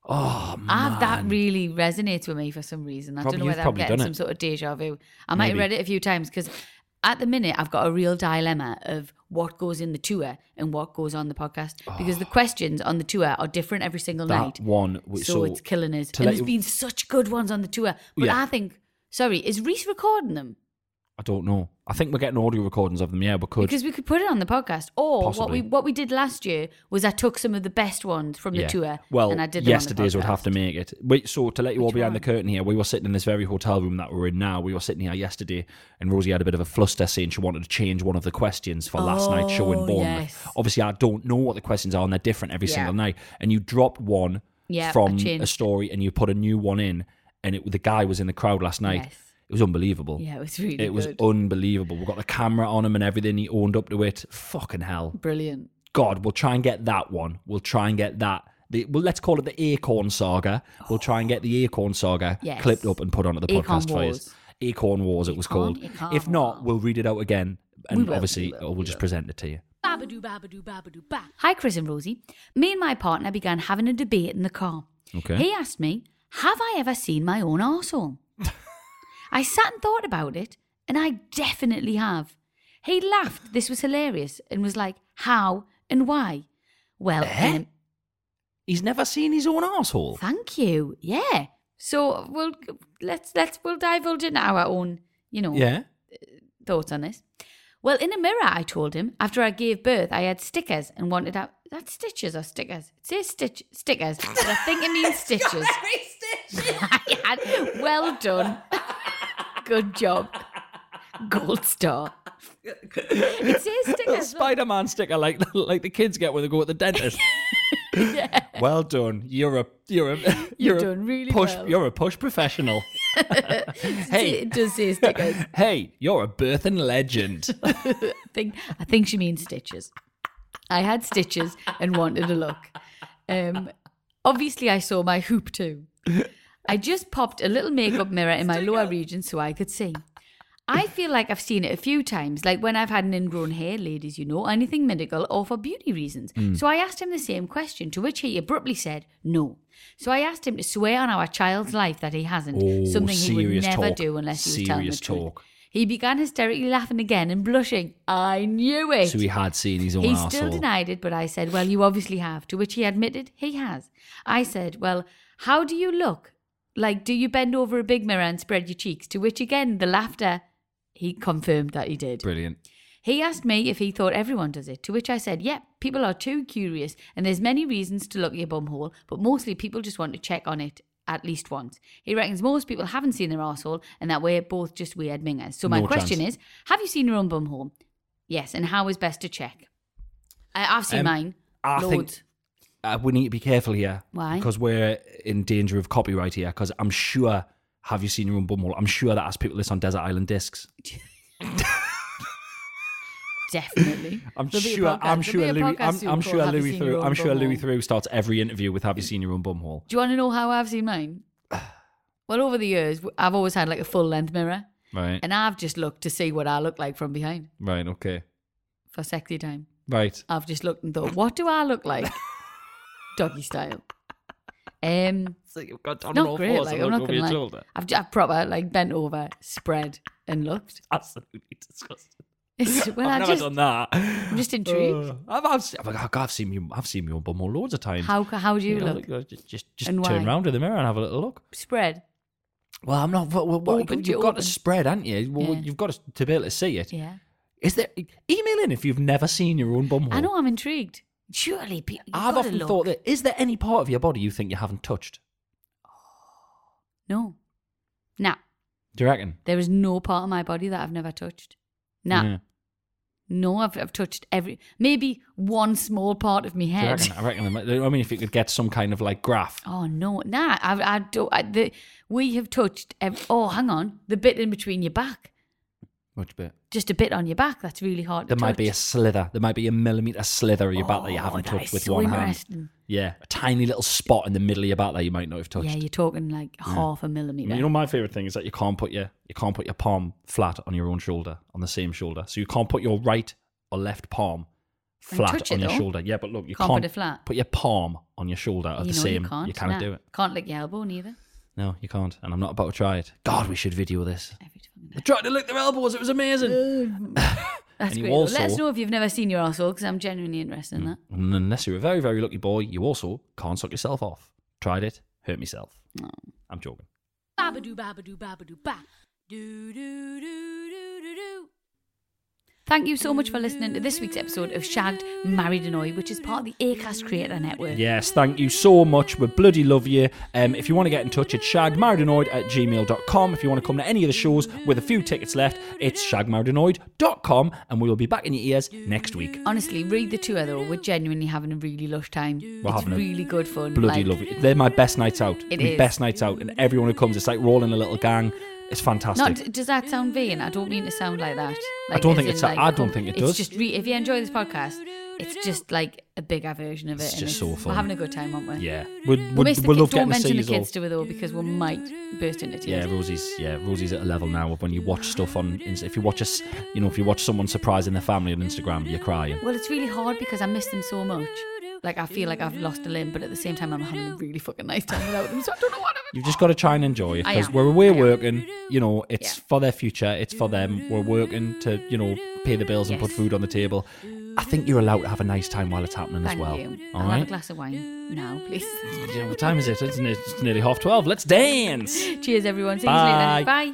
oh man!
Ah, that really resonates with me for some reason. I
Probably-
don't know
you've
whether I'm
probably
getting
done it.
some sort of deja vu. I might have
Maybe.
read it a few times because at the minute, I've got a real dilemma of what goes in the tour and what goes on the podcast because the questions on the tour are different every single
Oh. That
night.
one was-
so,
so
it's killing us.
to
And
let
there's
you-
been such good ones on the tour, but
Yeah.
I think, sorry, is Reese recording them?
I don't know. I think we're getting audio recordings of them. Yeah, we could.
Because we could put it on the podcast, or what
Possibly.
we what we did last year was I took some of the best ones from the
Yeah.
tour.
Well,
and I did them on the
yesterday's would have to
podcast.
make it. Wait, so to let you all
Which
behind the
one?
curtain here, we were sitting in this very hotel room that we're in now. We were sitting here yesterday, and Rosie had a bit of a fluster saying she wanted to change one of the questions for last night's show in
Oh,
Bournemouth.
yes.
Obviously, I don't know what the questions are, and they're different every
Yeah.
single night. And you dropped one
Yeah, I
from a
changed.
story, and you put a new one in, and it, the guy was in the crowd last night.
Yes.
It was unbelievable.
Yeah, it was really.
it was
good.
unbelievable. We got the camera on him and everything. He owned up to it. Fucking hell.
brilliant.
God, we'll try and get that one. We'll try and get that. The, well, let's call it the Acorn Saga. We'll try and get the Acorn Saga
Yes.
clipped up and put onto the
Acorn
podcast for you.
Wars.
Acorn Wars, it was
Acorn,
called.
Acorn
if not,
Wars.
we'll read it out again, and
We will,
obviously,
we
or we'll just present it to you.
Babadoo, babadoo, babadoo, ba.
Hi, Chris and Rosie. Me and my partner began having a debate in the car.
Okay.
He asked me, Have I ever seen my own arsehole? I sat and thought about it, and I definitely have. He laughed. This was hilarious and was like, How and why? Well,
Eh?
um,
He's never seen his own asshole.
thank you. Yeah. So we'll let's let's we'll divulge into our own, you know,
Yeah.
thoughts on this. Well, in a mirror, I told him after I gave birth, I had stickers and wanted out. That's stitches or stickers? It says stitch stickers, but I think it means stitches. I had well done, good job, gold star. It says stickers. look.
Spider Man sticker, like like the kids get when they go at the dentist. Well done. You're a you're a you're, a
done really
push.
well.
You're a push professional. hey,
It does say stickers.
hey, you're a birthing legend.
think I think she means stitches. I had stitches and wanted a look. Um, obviously, I saw my hoop too. I just popped a little makeup mirror in my lower region so I could see. I feel like I've seen it a few times, like when I've had an ingrown hair, ladies, you know, anything medical or for beauty reasons.
Hmm.
So I asked him the same question, to which he abruptly said, no. So I asked him to swear on our child's life that he hasn't,
Oh,
something he would
serious
never
talk.
do unless he was telling the
Serious
truth.
talk.
He began hysterically laughing again and blushing. I knew it.
So he had seen his own
He
arsehole.
still denied it, but I said, Well, you obviously have, to which he admitted he has. I said, Well, how do you look? Like, do you bend over a big mirror and spread your cheeks? To which, again, the laughter, he confirmed that he did.
Brilliant.
He asked me if he thought everyone does it, to which I said, Yep, people are too curious, and there's many reasons to look at your bumhole, but mostly people just want to check on it at least once. He reckons most people haven't seen their arsehole, and that we're both just weird mingers. So my
No
question
chance.
is, have you seen your own bumhole? Yes, and how is best to check? I, I've seen
Um,
mine.
I think-
Loads.
Uh, we need to be careful here.
Why?
Because we're in danger of copyright here. Because I'm sure, have you seen your own bumhole? I'm sure that has people this on Desert Island Discs.
Definitely.
I'm
There'll be a
sure.
podcast-
I'm
there'll be
sure
a
Louis.
podcast
I'm,
soon
I'm
called
sure
Have You
Louis
Seen Your
Theroux.
Own
I'm sure
Bumhole?
Louis Theroux starts every interview with "Have you seen your own bumhole?"
Do you want to know how I've seen mine? Well, over the years, I've always had like a full length mirror,
Right.
and I've just looked to see what I look like from behind
Right. Okay.
for sexy time.
Right.
I've just looked and thought, what do I look like? Doggy style. Um,
So you've got
it's not great. Like I'm not gonna lie. I've, I've proper like bent over, spread, and looked.
Absolutely disgusting.
It's- well,
I've
I
never
just,
done that. I'm
just intrigued.
I've, I've, se- I've, I've seen you. I've seen your bumhole loads of times.
how ca- how do you
know,
look?
like, Just just, just
And
turn
why?
round to the mirror and have a little look.
Spread.
Well, I'm not. Well, well, well,
Open
you've
to
got
open.
to spread, haven't you? Well,
Yeah.
You've got to, to be able to see it. Is
Yeah.
there email in if you've never seen your own bumhole?
I know. I'm intrigued. Surely, people. you've
I've
gotta
often
look.
thought that is there any part of your body you think you haven't touched?
No. Nah.
Do you reckon?
There is no part of my body that I've never touched. Nah.
Yeah.
No, I've, I've touched every. Maybe one small part of my
Do you
head.
reckon? I reckon. they might- I mean, if you could get some kind of like graph.
Oh no, nah, I, I don't. I, the, we have touched. Ev- oh, hang on, the bit in between your back,
Which bit?
just a bit on your back. That's really hard.
There
to
might
touch.
be a slither. There might be a millimetre slither of your back that you
Oh,
haven't
that
touched
is
with
so
one hand.
interesting.
Yeah, a tiny little spot in the middle of your back that you might not have touched.
Yeah, you're talking like half a millimeter.
You know, my favorite thing is that you can't put your you can't put your palm flat on your own shoulder on the same shoulder. So you can't put your right or left palm
And
flat
touch
on
it
your
though.
shoulder. Yeah, but look, you
Can't
can't,
put it flat.
Put your palm on your shoulder of
You
the
know
same.
You can't.
can't
nah.
do it.
Can't lick your elbow neither.
No, you can't. And I'm not about to try it. God, we should video this.
Every fucking
They tried to lick their elbows. It was amazing.
That's
And you
great. though. Let
also- Hmm.
us know if you've never seen your arsehole because I'm genuinely interested in that.
And Mm, unless you're a very, very lucky boy, you also can't suck yourself off. Tried it, hurt myself. I'm joking.
Babadoo, babadoo, babadoo, ba. Do, do, do, do, do, do.
Thank you so much for listening to this week's episode of Shagged, Married Annoyed, which is part of the Acast Creator Network.
Yes, thank you so much. We bloody love you. Um, if you want to get in touch, it's shagmarriedannoyed at gmail.com. If you want to come to any of the shows with a few tickets left, it's shagmarriedannoyed.com. And we will be back in your ears next week.
Honestly, read the tour though. We're genuinely having a really lush time. it's
having a
really good fun.
Bloody
like,
love you. They're my best nights out.
It
my
is.
best nights out. And everyone who comes, it's like rolling a little gang. It's fantastic.
Not does that sound vain? I don't mean to sound like that. Like,
don't
as
think
in,
it's- I don't think it does.
It's just re- if you enjoy this podcast, it's just like a bigger version of it.
It's
and
just so
We're
fun.
having a good time, aren't we?
yeah. We'd,
We
we'd,
miss the
we'd
kids.
love
don't
getting to see
mention the
you all.
kids to her though because we might burst into
Yeah,
tears.
Rosie's yeah, Rosie's at a level now of when you watch stuff on Insta- if you watch us, you know, if you watch someone surprising their family on Instagram, you're crying.
Well, it's really hard because I miss them so much. Like I feel like I've lost a limb, but at the same time I'm having a really fucking nice time without them. So I don't know what I'm.
You've just got to try and enjoy it
I
because
am.
we're away
I am.
working. You know, it's
Yeah.
for their future. It's for them. We're working to you know pay the bills and put
Yes.
food on the table. I think you're allowed to have a nice time while it's happening
Thank
as well.
you.
All
I'll have
right.
a glass of wine now, please.
You know, what time is it? It's, ne- it's nearly half twelve. Let's dance.
Cheers, everyone. See
Bye.
you later. Bye.